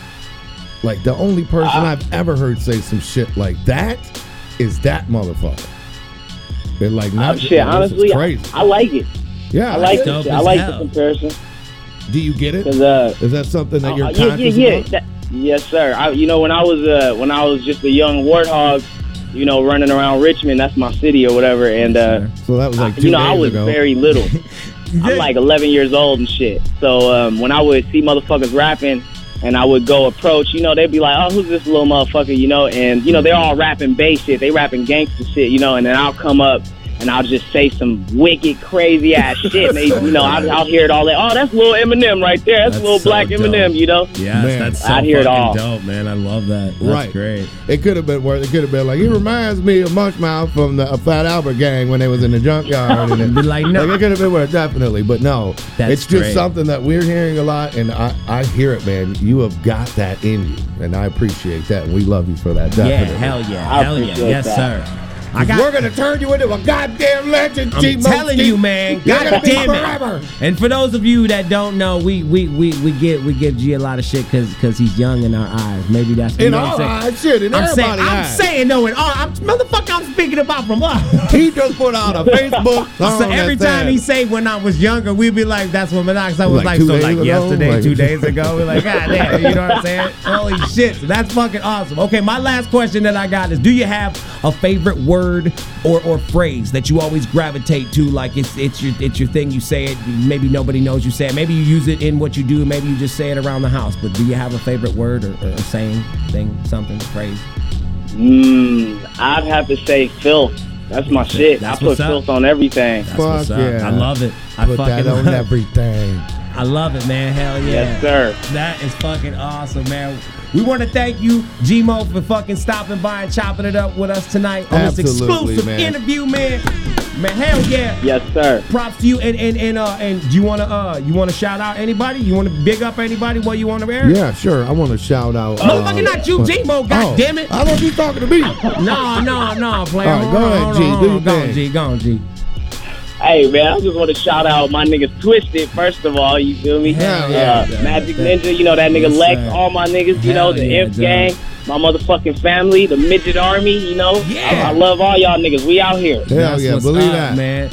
Like, the only person I've ever heard say some shit like that is that motherfucker. They're like,
Uh,
no,
shit, honestly,
is
I-
crazy.
I, like it.
Yeah,
I like
Dope
it. I
as
like
hell.
the comparison.
Do you get it? Is that something that you're
Uh, yeah,
conscious
yeah, yeah.
about?
That- yes, sir. I, you know, when I was uh, when I was just a young warthog, you know, running around Richmond, that's my city or whatever, and uh,
So that was like two
you know, I
days
was
ago.
very little. I'm like 11 years old and shit. So um, when I would see motherfuckers rapping and I would go approach, you know, they'd be like, oh, who's this little motherfucker, you know? And, you know, they're all rapping bass shit. They rapping gangster shit, you know? And then I'll come up and I'll just say some wicked, crazy ass shit. And they, you know, I'll, I'll hear it all. Like, oh, that's little Eminem right there. That's,
That's
little
so
black
dope.
Eminem, you know?
Yes, that's so
I'd hear it
fucking
all.
dope, Oh, man. I love that. That's
Right.
great.
It could have been worse. It could have been like, he reminds me of Munchmouth from the uh, Fat Albert gang when they was in the junkyard. And
Be like, no.
it could have been worse, definitely. But no,
That's
it's just
great.
something that we're hearing a lot, and I, I hear it, man. You have got that in you, and I appreciate that. And we love you for that,
Yeah,
definitely.
hell yeah, I hell yeah. appreciate Yes, that. sir. I got-
we're going to turn you into a goddamn legend,
I'm
G-Mo.
telling you, man.
You're gonna
God
be
damn
forever.
it. And for those of you that don't know, we we we we get we give G a lot of shit because because he's young in our eyes. Maybe that's you
In
know what I'm
our
saying?
eyes, shit, in
I'm saying,
everybody's
I'm
eyes.
saying no, in all, I'm motherfucker. I'm speaking about from us.
He just put out a Facebook
so
song
every
that
time
said-
he say when I was younger, we'd be like, "That's what Monox." I was
Like
like,
two
so
days
like
ago?
yesterday,
Like-
two days ago. We're like, God damn, you know what I'm saying? Holy shit, so that's fucking awesome. Okay, my last question that I got is: Do you have a favorite word or or phrase that you always gravitate to? Like it's it's your it's your thing. You say it. Maybe nobody knows you say it. Maybe you use it in what you do. Maybe you just say it around the house. But do you have a favorite word or, or saying, thing, something, phrase?
Mm, I'd have to say filth. That's my shit.
That's
I put
what's up.
filth on everything.
That's what's up. I love it. I
Put
fucking
that on
love it.
everything.
I love it, man. Hell yeah.
Yes, sir.
That is fucking awesome, man. We want to thank you, Gmo, for fucking stopping by and chopping it up with us tonight on this
Absolutely,
exclusive
man.
interview, man. Man, hell yeah.
Yes, sir.
Props to you and and and uh and do you wanna uh you wanna shout out anybody? You wanna big up anybody while you on the air?
Yeah, sure. I want to shout out.
Motherfucker,
uh,
Oh, not you,
but-
G-Mo, God
Oh,
damn it.
I thought you talking to me.
No, no, no,
All
player.
right,
Hold
go
on,
ahead,
hold
G.
on,
Do
hold
your
on. Go on,
thing.
G. Go on, G.
Hey man, I just want to shout out my niggas Twisted. First of all, you feel me?
Hell
uh,
yeah, yeah.
Magic Ninja, you know that nigga
Yes,
Lex,
sir.
all my niggas, you know
Hell
the
yeah,
Imp
dog.
Gang, my motherfucking family, the Midget Army, you know. Yeah. I, I love all y'all niggas. We out here.
That's what's up, man.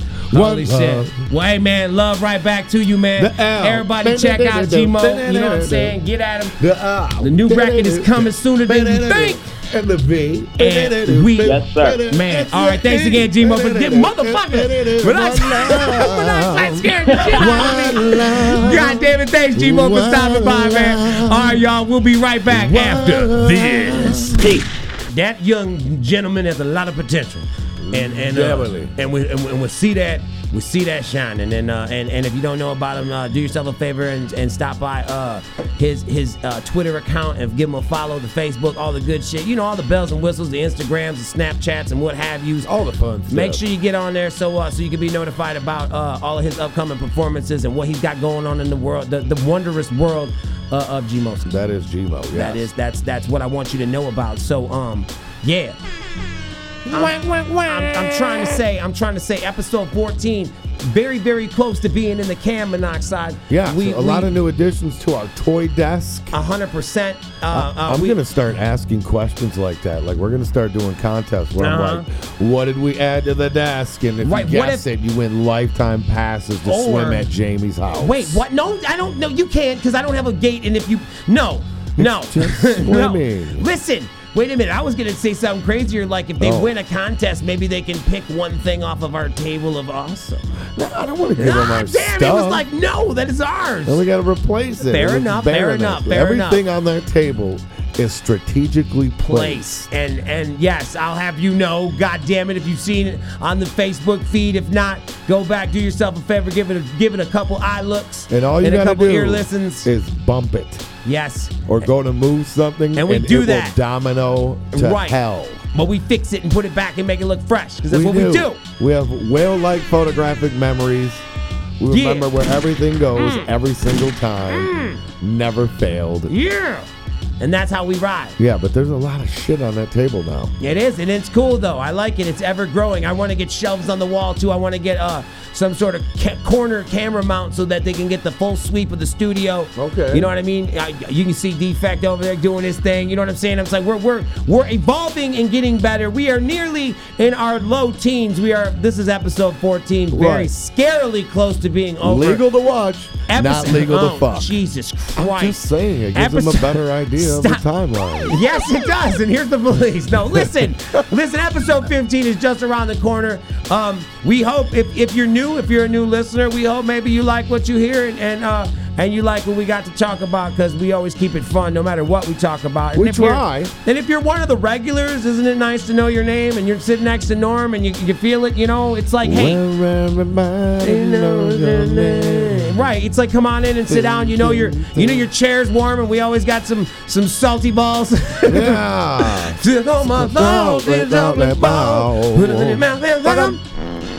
One
Holy shit.
love.
Well, hey, man, love right back to you, man.
The L.
Everybody check out Gmo. You know what I'm saying? Get at him.
The, uh,
The new record is coming sooner than you think.
And the V.
And we,
Yes, sir.
man. All right, thanks again, Gmo, for this motherfucker. When I, when I like scared the shit out of me. God damn it, thanks, Gmo, for stopping by, man. All right, y'all, we'll be right back after this. That young gentleman has a lot of potential, and and uh,
Definitely.
and we and we, and we see that. We see that shining, and uh, and and if you don't know about him, uh, do yourself a favor and, and stop by uh, his his uh, Twitter account and give him a follow, the Facebook, all the good shit, you know, all the bells and whistles, the Instagrams, the Snapchats, and what have yous, all the fun. Make
stuff.
sure you get on there so uh, so you can be notified about uh, all of his upcoming performances and what he's got going on in the world, the, the wondrous world uh, of Gmo.
That is Gmo. Yes.
That is that's that's what I want you to know about. So um, yeah. I'm, I'm- I'm trying to say, I'm trying to say, episode 14, very, very close to being in the cam monoxide.
Yeah, so a lot of new additions to our toy desk.
hundred percent. Uh, uh,
I'm
we-
gonna start asking questions like that. Like we're gonna start doing contests where
Uh-huh.
I'm like, "What did we add to the desk?" And if
Right,
you
what
guess it, you win lifetime passes to swim
Or-
at Jamie's house.
Wait, what? No, I don't. No, you can't because I don't have a gate. And if you, no, no, no.
swimming.
Listen. Wait a minute. I was gonna say something crazier. Like if they
Oh.
win a contest, maybe they can pick one thing off of our table of awesome.
No, I don't want to give them our
damn!
stuff.
It was like no, that is ours.
Then we got to replace it.
Fair
It was
enough, fair
barren
enough,
actually.
fair enough.
Everything on their table is strategically
place.
placed.
And and yes, I'll have you know, god damn it, if you've seen it on the Facebook feed. If not, go back, do yourself a favor, give it a give it a couple eye looks
And all you
a
got to
couple
do
ear listens.
is bump it
Yes.
or go to move something,
And we
it
do
will
that.
domino to
right.
hell.
But we fix it and put it back and make it look fresh. Because that's what we do.
We have whale-like photographic memories. We
Yeah. Mm.
remember where everything goes every single time. Never failed.
Yeah. and that's how we ride.
Yeah, but there's a lot of shit on that table now.
It is, and it's cool though. I like it. It's ever growing. I want to get shelves on the wall too. I want to get uh some sort of ca- corner camera mount so that they can get the full sweep of the studio.
Okay.
You know what I mean? I, you can see Defect over there doing his thing. You know what I'm saying? I'm just like we're we're we're evolving and getting better. We are nearly in our low teens. We are. This is episode 14. Very
Right.
scarily close to being over.
Legal to watch, not
Episode-
legal
oh,
to fuck.
Jesus Christ!
I'm just saying, it gives them a
Episode-
better idea of the
Stop.
timeline.
Yes, it does. And here's the police. No, listen, listen. Episode 15 is just around the corner. Um, we hope if, if you're new, if you're a new listener, we hope maybe you like what you hear and and, uh, and you like what we got to talk about because we always keep it fun no matter what we talk about. And
We
if you're-
try.
And if you're one of the regulars, isn't it nice to know your name and you're sitting next to Norm and you, you feel it? You know, it's like hey.
Well, everybody
You know
knows your name.
Right. It's like come on in and sit down. You know your you know your chair's warm and we always got some some salty balls.
Yeah.
Took all my balls and dropped them balls. Put 'em in your mouth and lick 'em.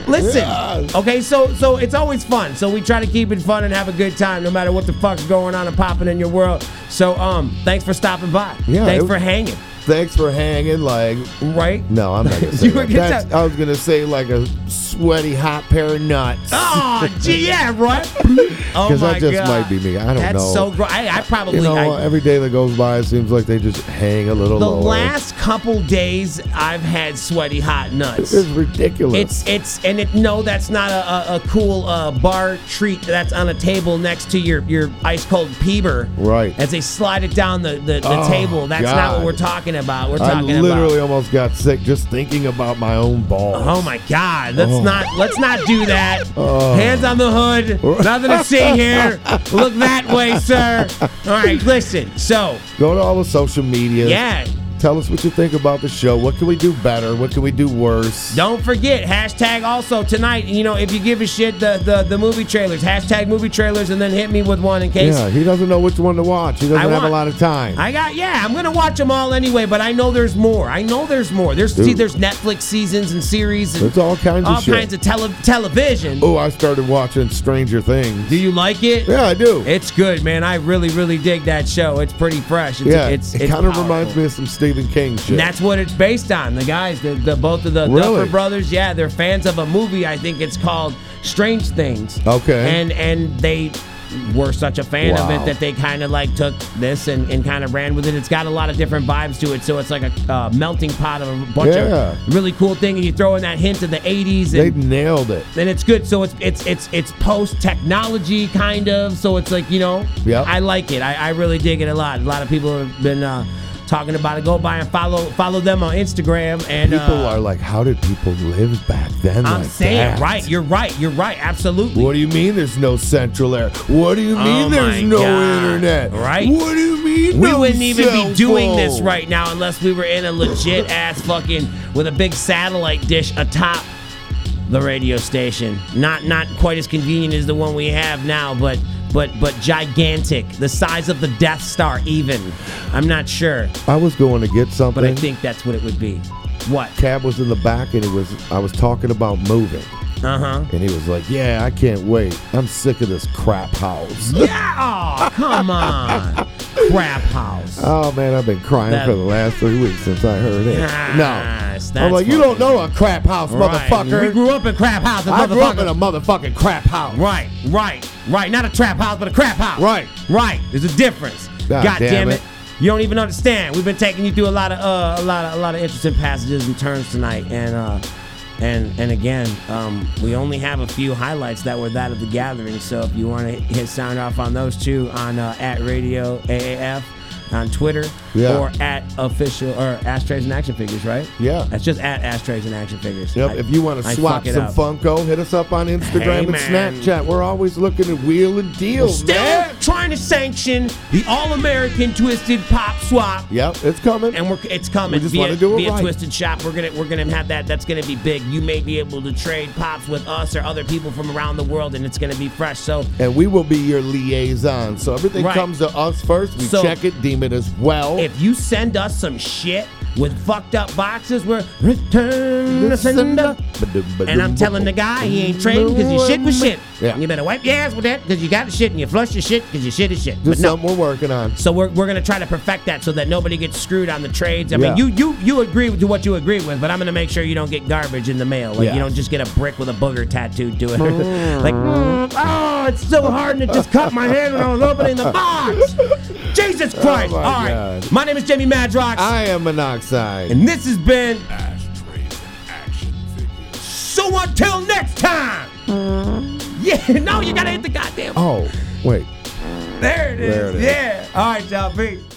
Listen, okay, so so it's always fun. So we try to keep it fun and have a good time, no matter what the fuck's going on and popping in your world. So um, thanks for stopping by.
Yeah,
thanks
it-
for hanging.
Thanks for hanging, like
right?
No, I'm not gonna say
You were
that.
gonna
That's- I was gonna say like a sweaty hot pair of nuts.
Oh, gee, yeah, right. Oh
Because
my
that just
god,
might be me. I don't
That's
know.
so gross. I, I probably
you know,
I,
every day that goes by, it seems like they just hang a little
The
lower.
last couple days, I've had sweaty hot nuts.
This is ridiculous.
It's it's and it no, that's not a, a, a cool uh, bar treat. That's on a table next to your your ice cold Peeber.
Right.
As they slide it down the the, the
Oh,
table, that's not
God.
what we're talking about. We're
I
talking
literally
about.
almost got sick just thinking about my own balls.
Oh my God! Let's
Oh.
not let's not do that.
Oh.
Hands on the hood. Nothing to see here. Look that way, sir. All right, listen. So
Go to all the social media.
Yeah.
Tell us what you think about the show. What can we do better? What can we do worse?
Don't forget hashtag also tonight. You know, if you give a shit, the the, the movie trailers hashtag movie trailers, and then hit me with one in case.
Yeah, he doesn't know which one to watch. He doesn't
I
have
want-
a lot of time.
I got yeah. I'm gonna watch them all anyway, but I know there's more. I know there's more. There's see,
Dude.
there's Netflix seasons and series. And
There's all kinds of
all
shit.
kinds of tele- television.
oh, I started watching Stranger Things.
Do you like it?
Yeah, I do.
It's good, man. I really, really dig that show. It's pretty fresh. It's,
yeah,
it's,
it
it's
kind of
powerful.
reminds me of some Stephen King shit.
And that's what it's based on. The guys, the, the both of the
Really?
Duffer brothers, yeah, they're fans of a movie. I think it's called Strange Things.
Okay.
And and they were such a fan of
Wow.
it that they kind of like took this and, and kind of ran with it. It's got a lot of different vibes to it, so it's like a uh, melting pot of a bunch
Yeah.
of really cool thing. And you throw in that hint of the '80s,
they
and
nailed it.
then it's good. So it's it's it's it's post technology kind of. So it's like you know,
Yep.
I like it. I, I really dig it a lot. A lot of people have been uh, talking about it. Go by and follow follow them on Instagram. And
People
uh,
are like, how did people live back then?
I'm
like
saying,
that?
right? You're right. You're right. Absolutely.
What do you mean there's no central air? What do you mean
Oh my
there's no
God.
internet?
Right?
What do you mean?
We
no
wouldn't even
cell
be doing this
phone?
right now unless we were in a legit ass fucking with a big satellite dish atop the radio station. Not not quite as convenient as the one we have now, but but but gigantic, the size of the Death Star. Even I'm not sure,
I was going to get something.
but I think that's what it would be. What?
Cab was in the back, and it was I was talking about moving,
Uh huh.
and he was like, "Yeah, I can't wait. I'm sick of this crap house."
Yeah. Oh, come on, crap house.
Oh man, I've been crying
That-
for the last three weeks since I heard it.
Yes,
no,
that's
I'm like, you
what-
don't know a crap house,
Right. We
motherfucker.
grew up in crap houses,
I grew up
motherfucker.
in a motherfucking crap house.
Right, right, right. Not a trap house, but a crap house.
Right.
right. There's a difference.
God
God,
damn
damn, it.
it.
You don't even understand. We've been taking you through a lot of uh, a lot of a lot of interesting passages and turns tonight, and uh, and and again, um, we only have a few highlights that were that of the gathering. So if you want to hit sound off on those two on uh, at Radio AAF on Twitter
Yeah.
or at official or Ashtrays and Action Figures, right?
Yeah.
that's just at Ashtrays and Action Figures.
Yep.
I-
if you want to
I
swap
fuck it
some
up.
Funko, hit us up on Instagram
Hey,
and
man.
Snapchat. We're always looking at wheel and deal.
We're still
man.
trying to sanction the all-American twisted pop swap,
Yep, it's coming.
and we're it's coming
We just
via,
wanna do it
via
right.
twisted shop. We're gonna we're gonna have that. That's gonna be big. You may be able to trade pops with us or other people from around the world, and it's gonna be fresh. So
and we will be your liaison. So everything
Right.
comes to us first. We
So-
check it, deem it as well.
if you send us some shit with fucked up boxes were return the sender. And I'm telling the guy he ain't trading because your shit was shit.
Yeah.
You better wipe your ass with that because you got the shit and you flush your shit because your shit is shit.
This is something we're working on.
So we're, we're gonna try to perfect that so that nobody gets screwed on the trades. I
Yeah.
mean, you you you agree to what you agree with, but I'm gonna make sure you don't get garbage in the mail. Like
Yeah.
you don't just get a brick with a booger tattooed to it. like "Mm, oh, it's so hard and it just cut my hand when I was opening the box. Jesus Christ!
Oh my
All right,
God.
my name is Jimmy Madrox.
I am monoxide.
And this has been. So until next time. Yeah, no, you gotta hit the goddamn.
Mm-hmm. Oh, wait.
There it is.
There it is.
Yeah. All right, y'all. Peace.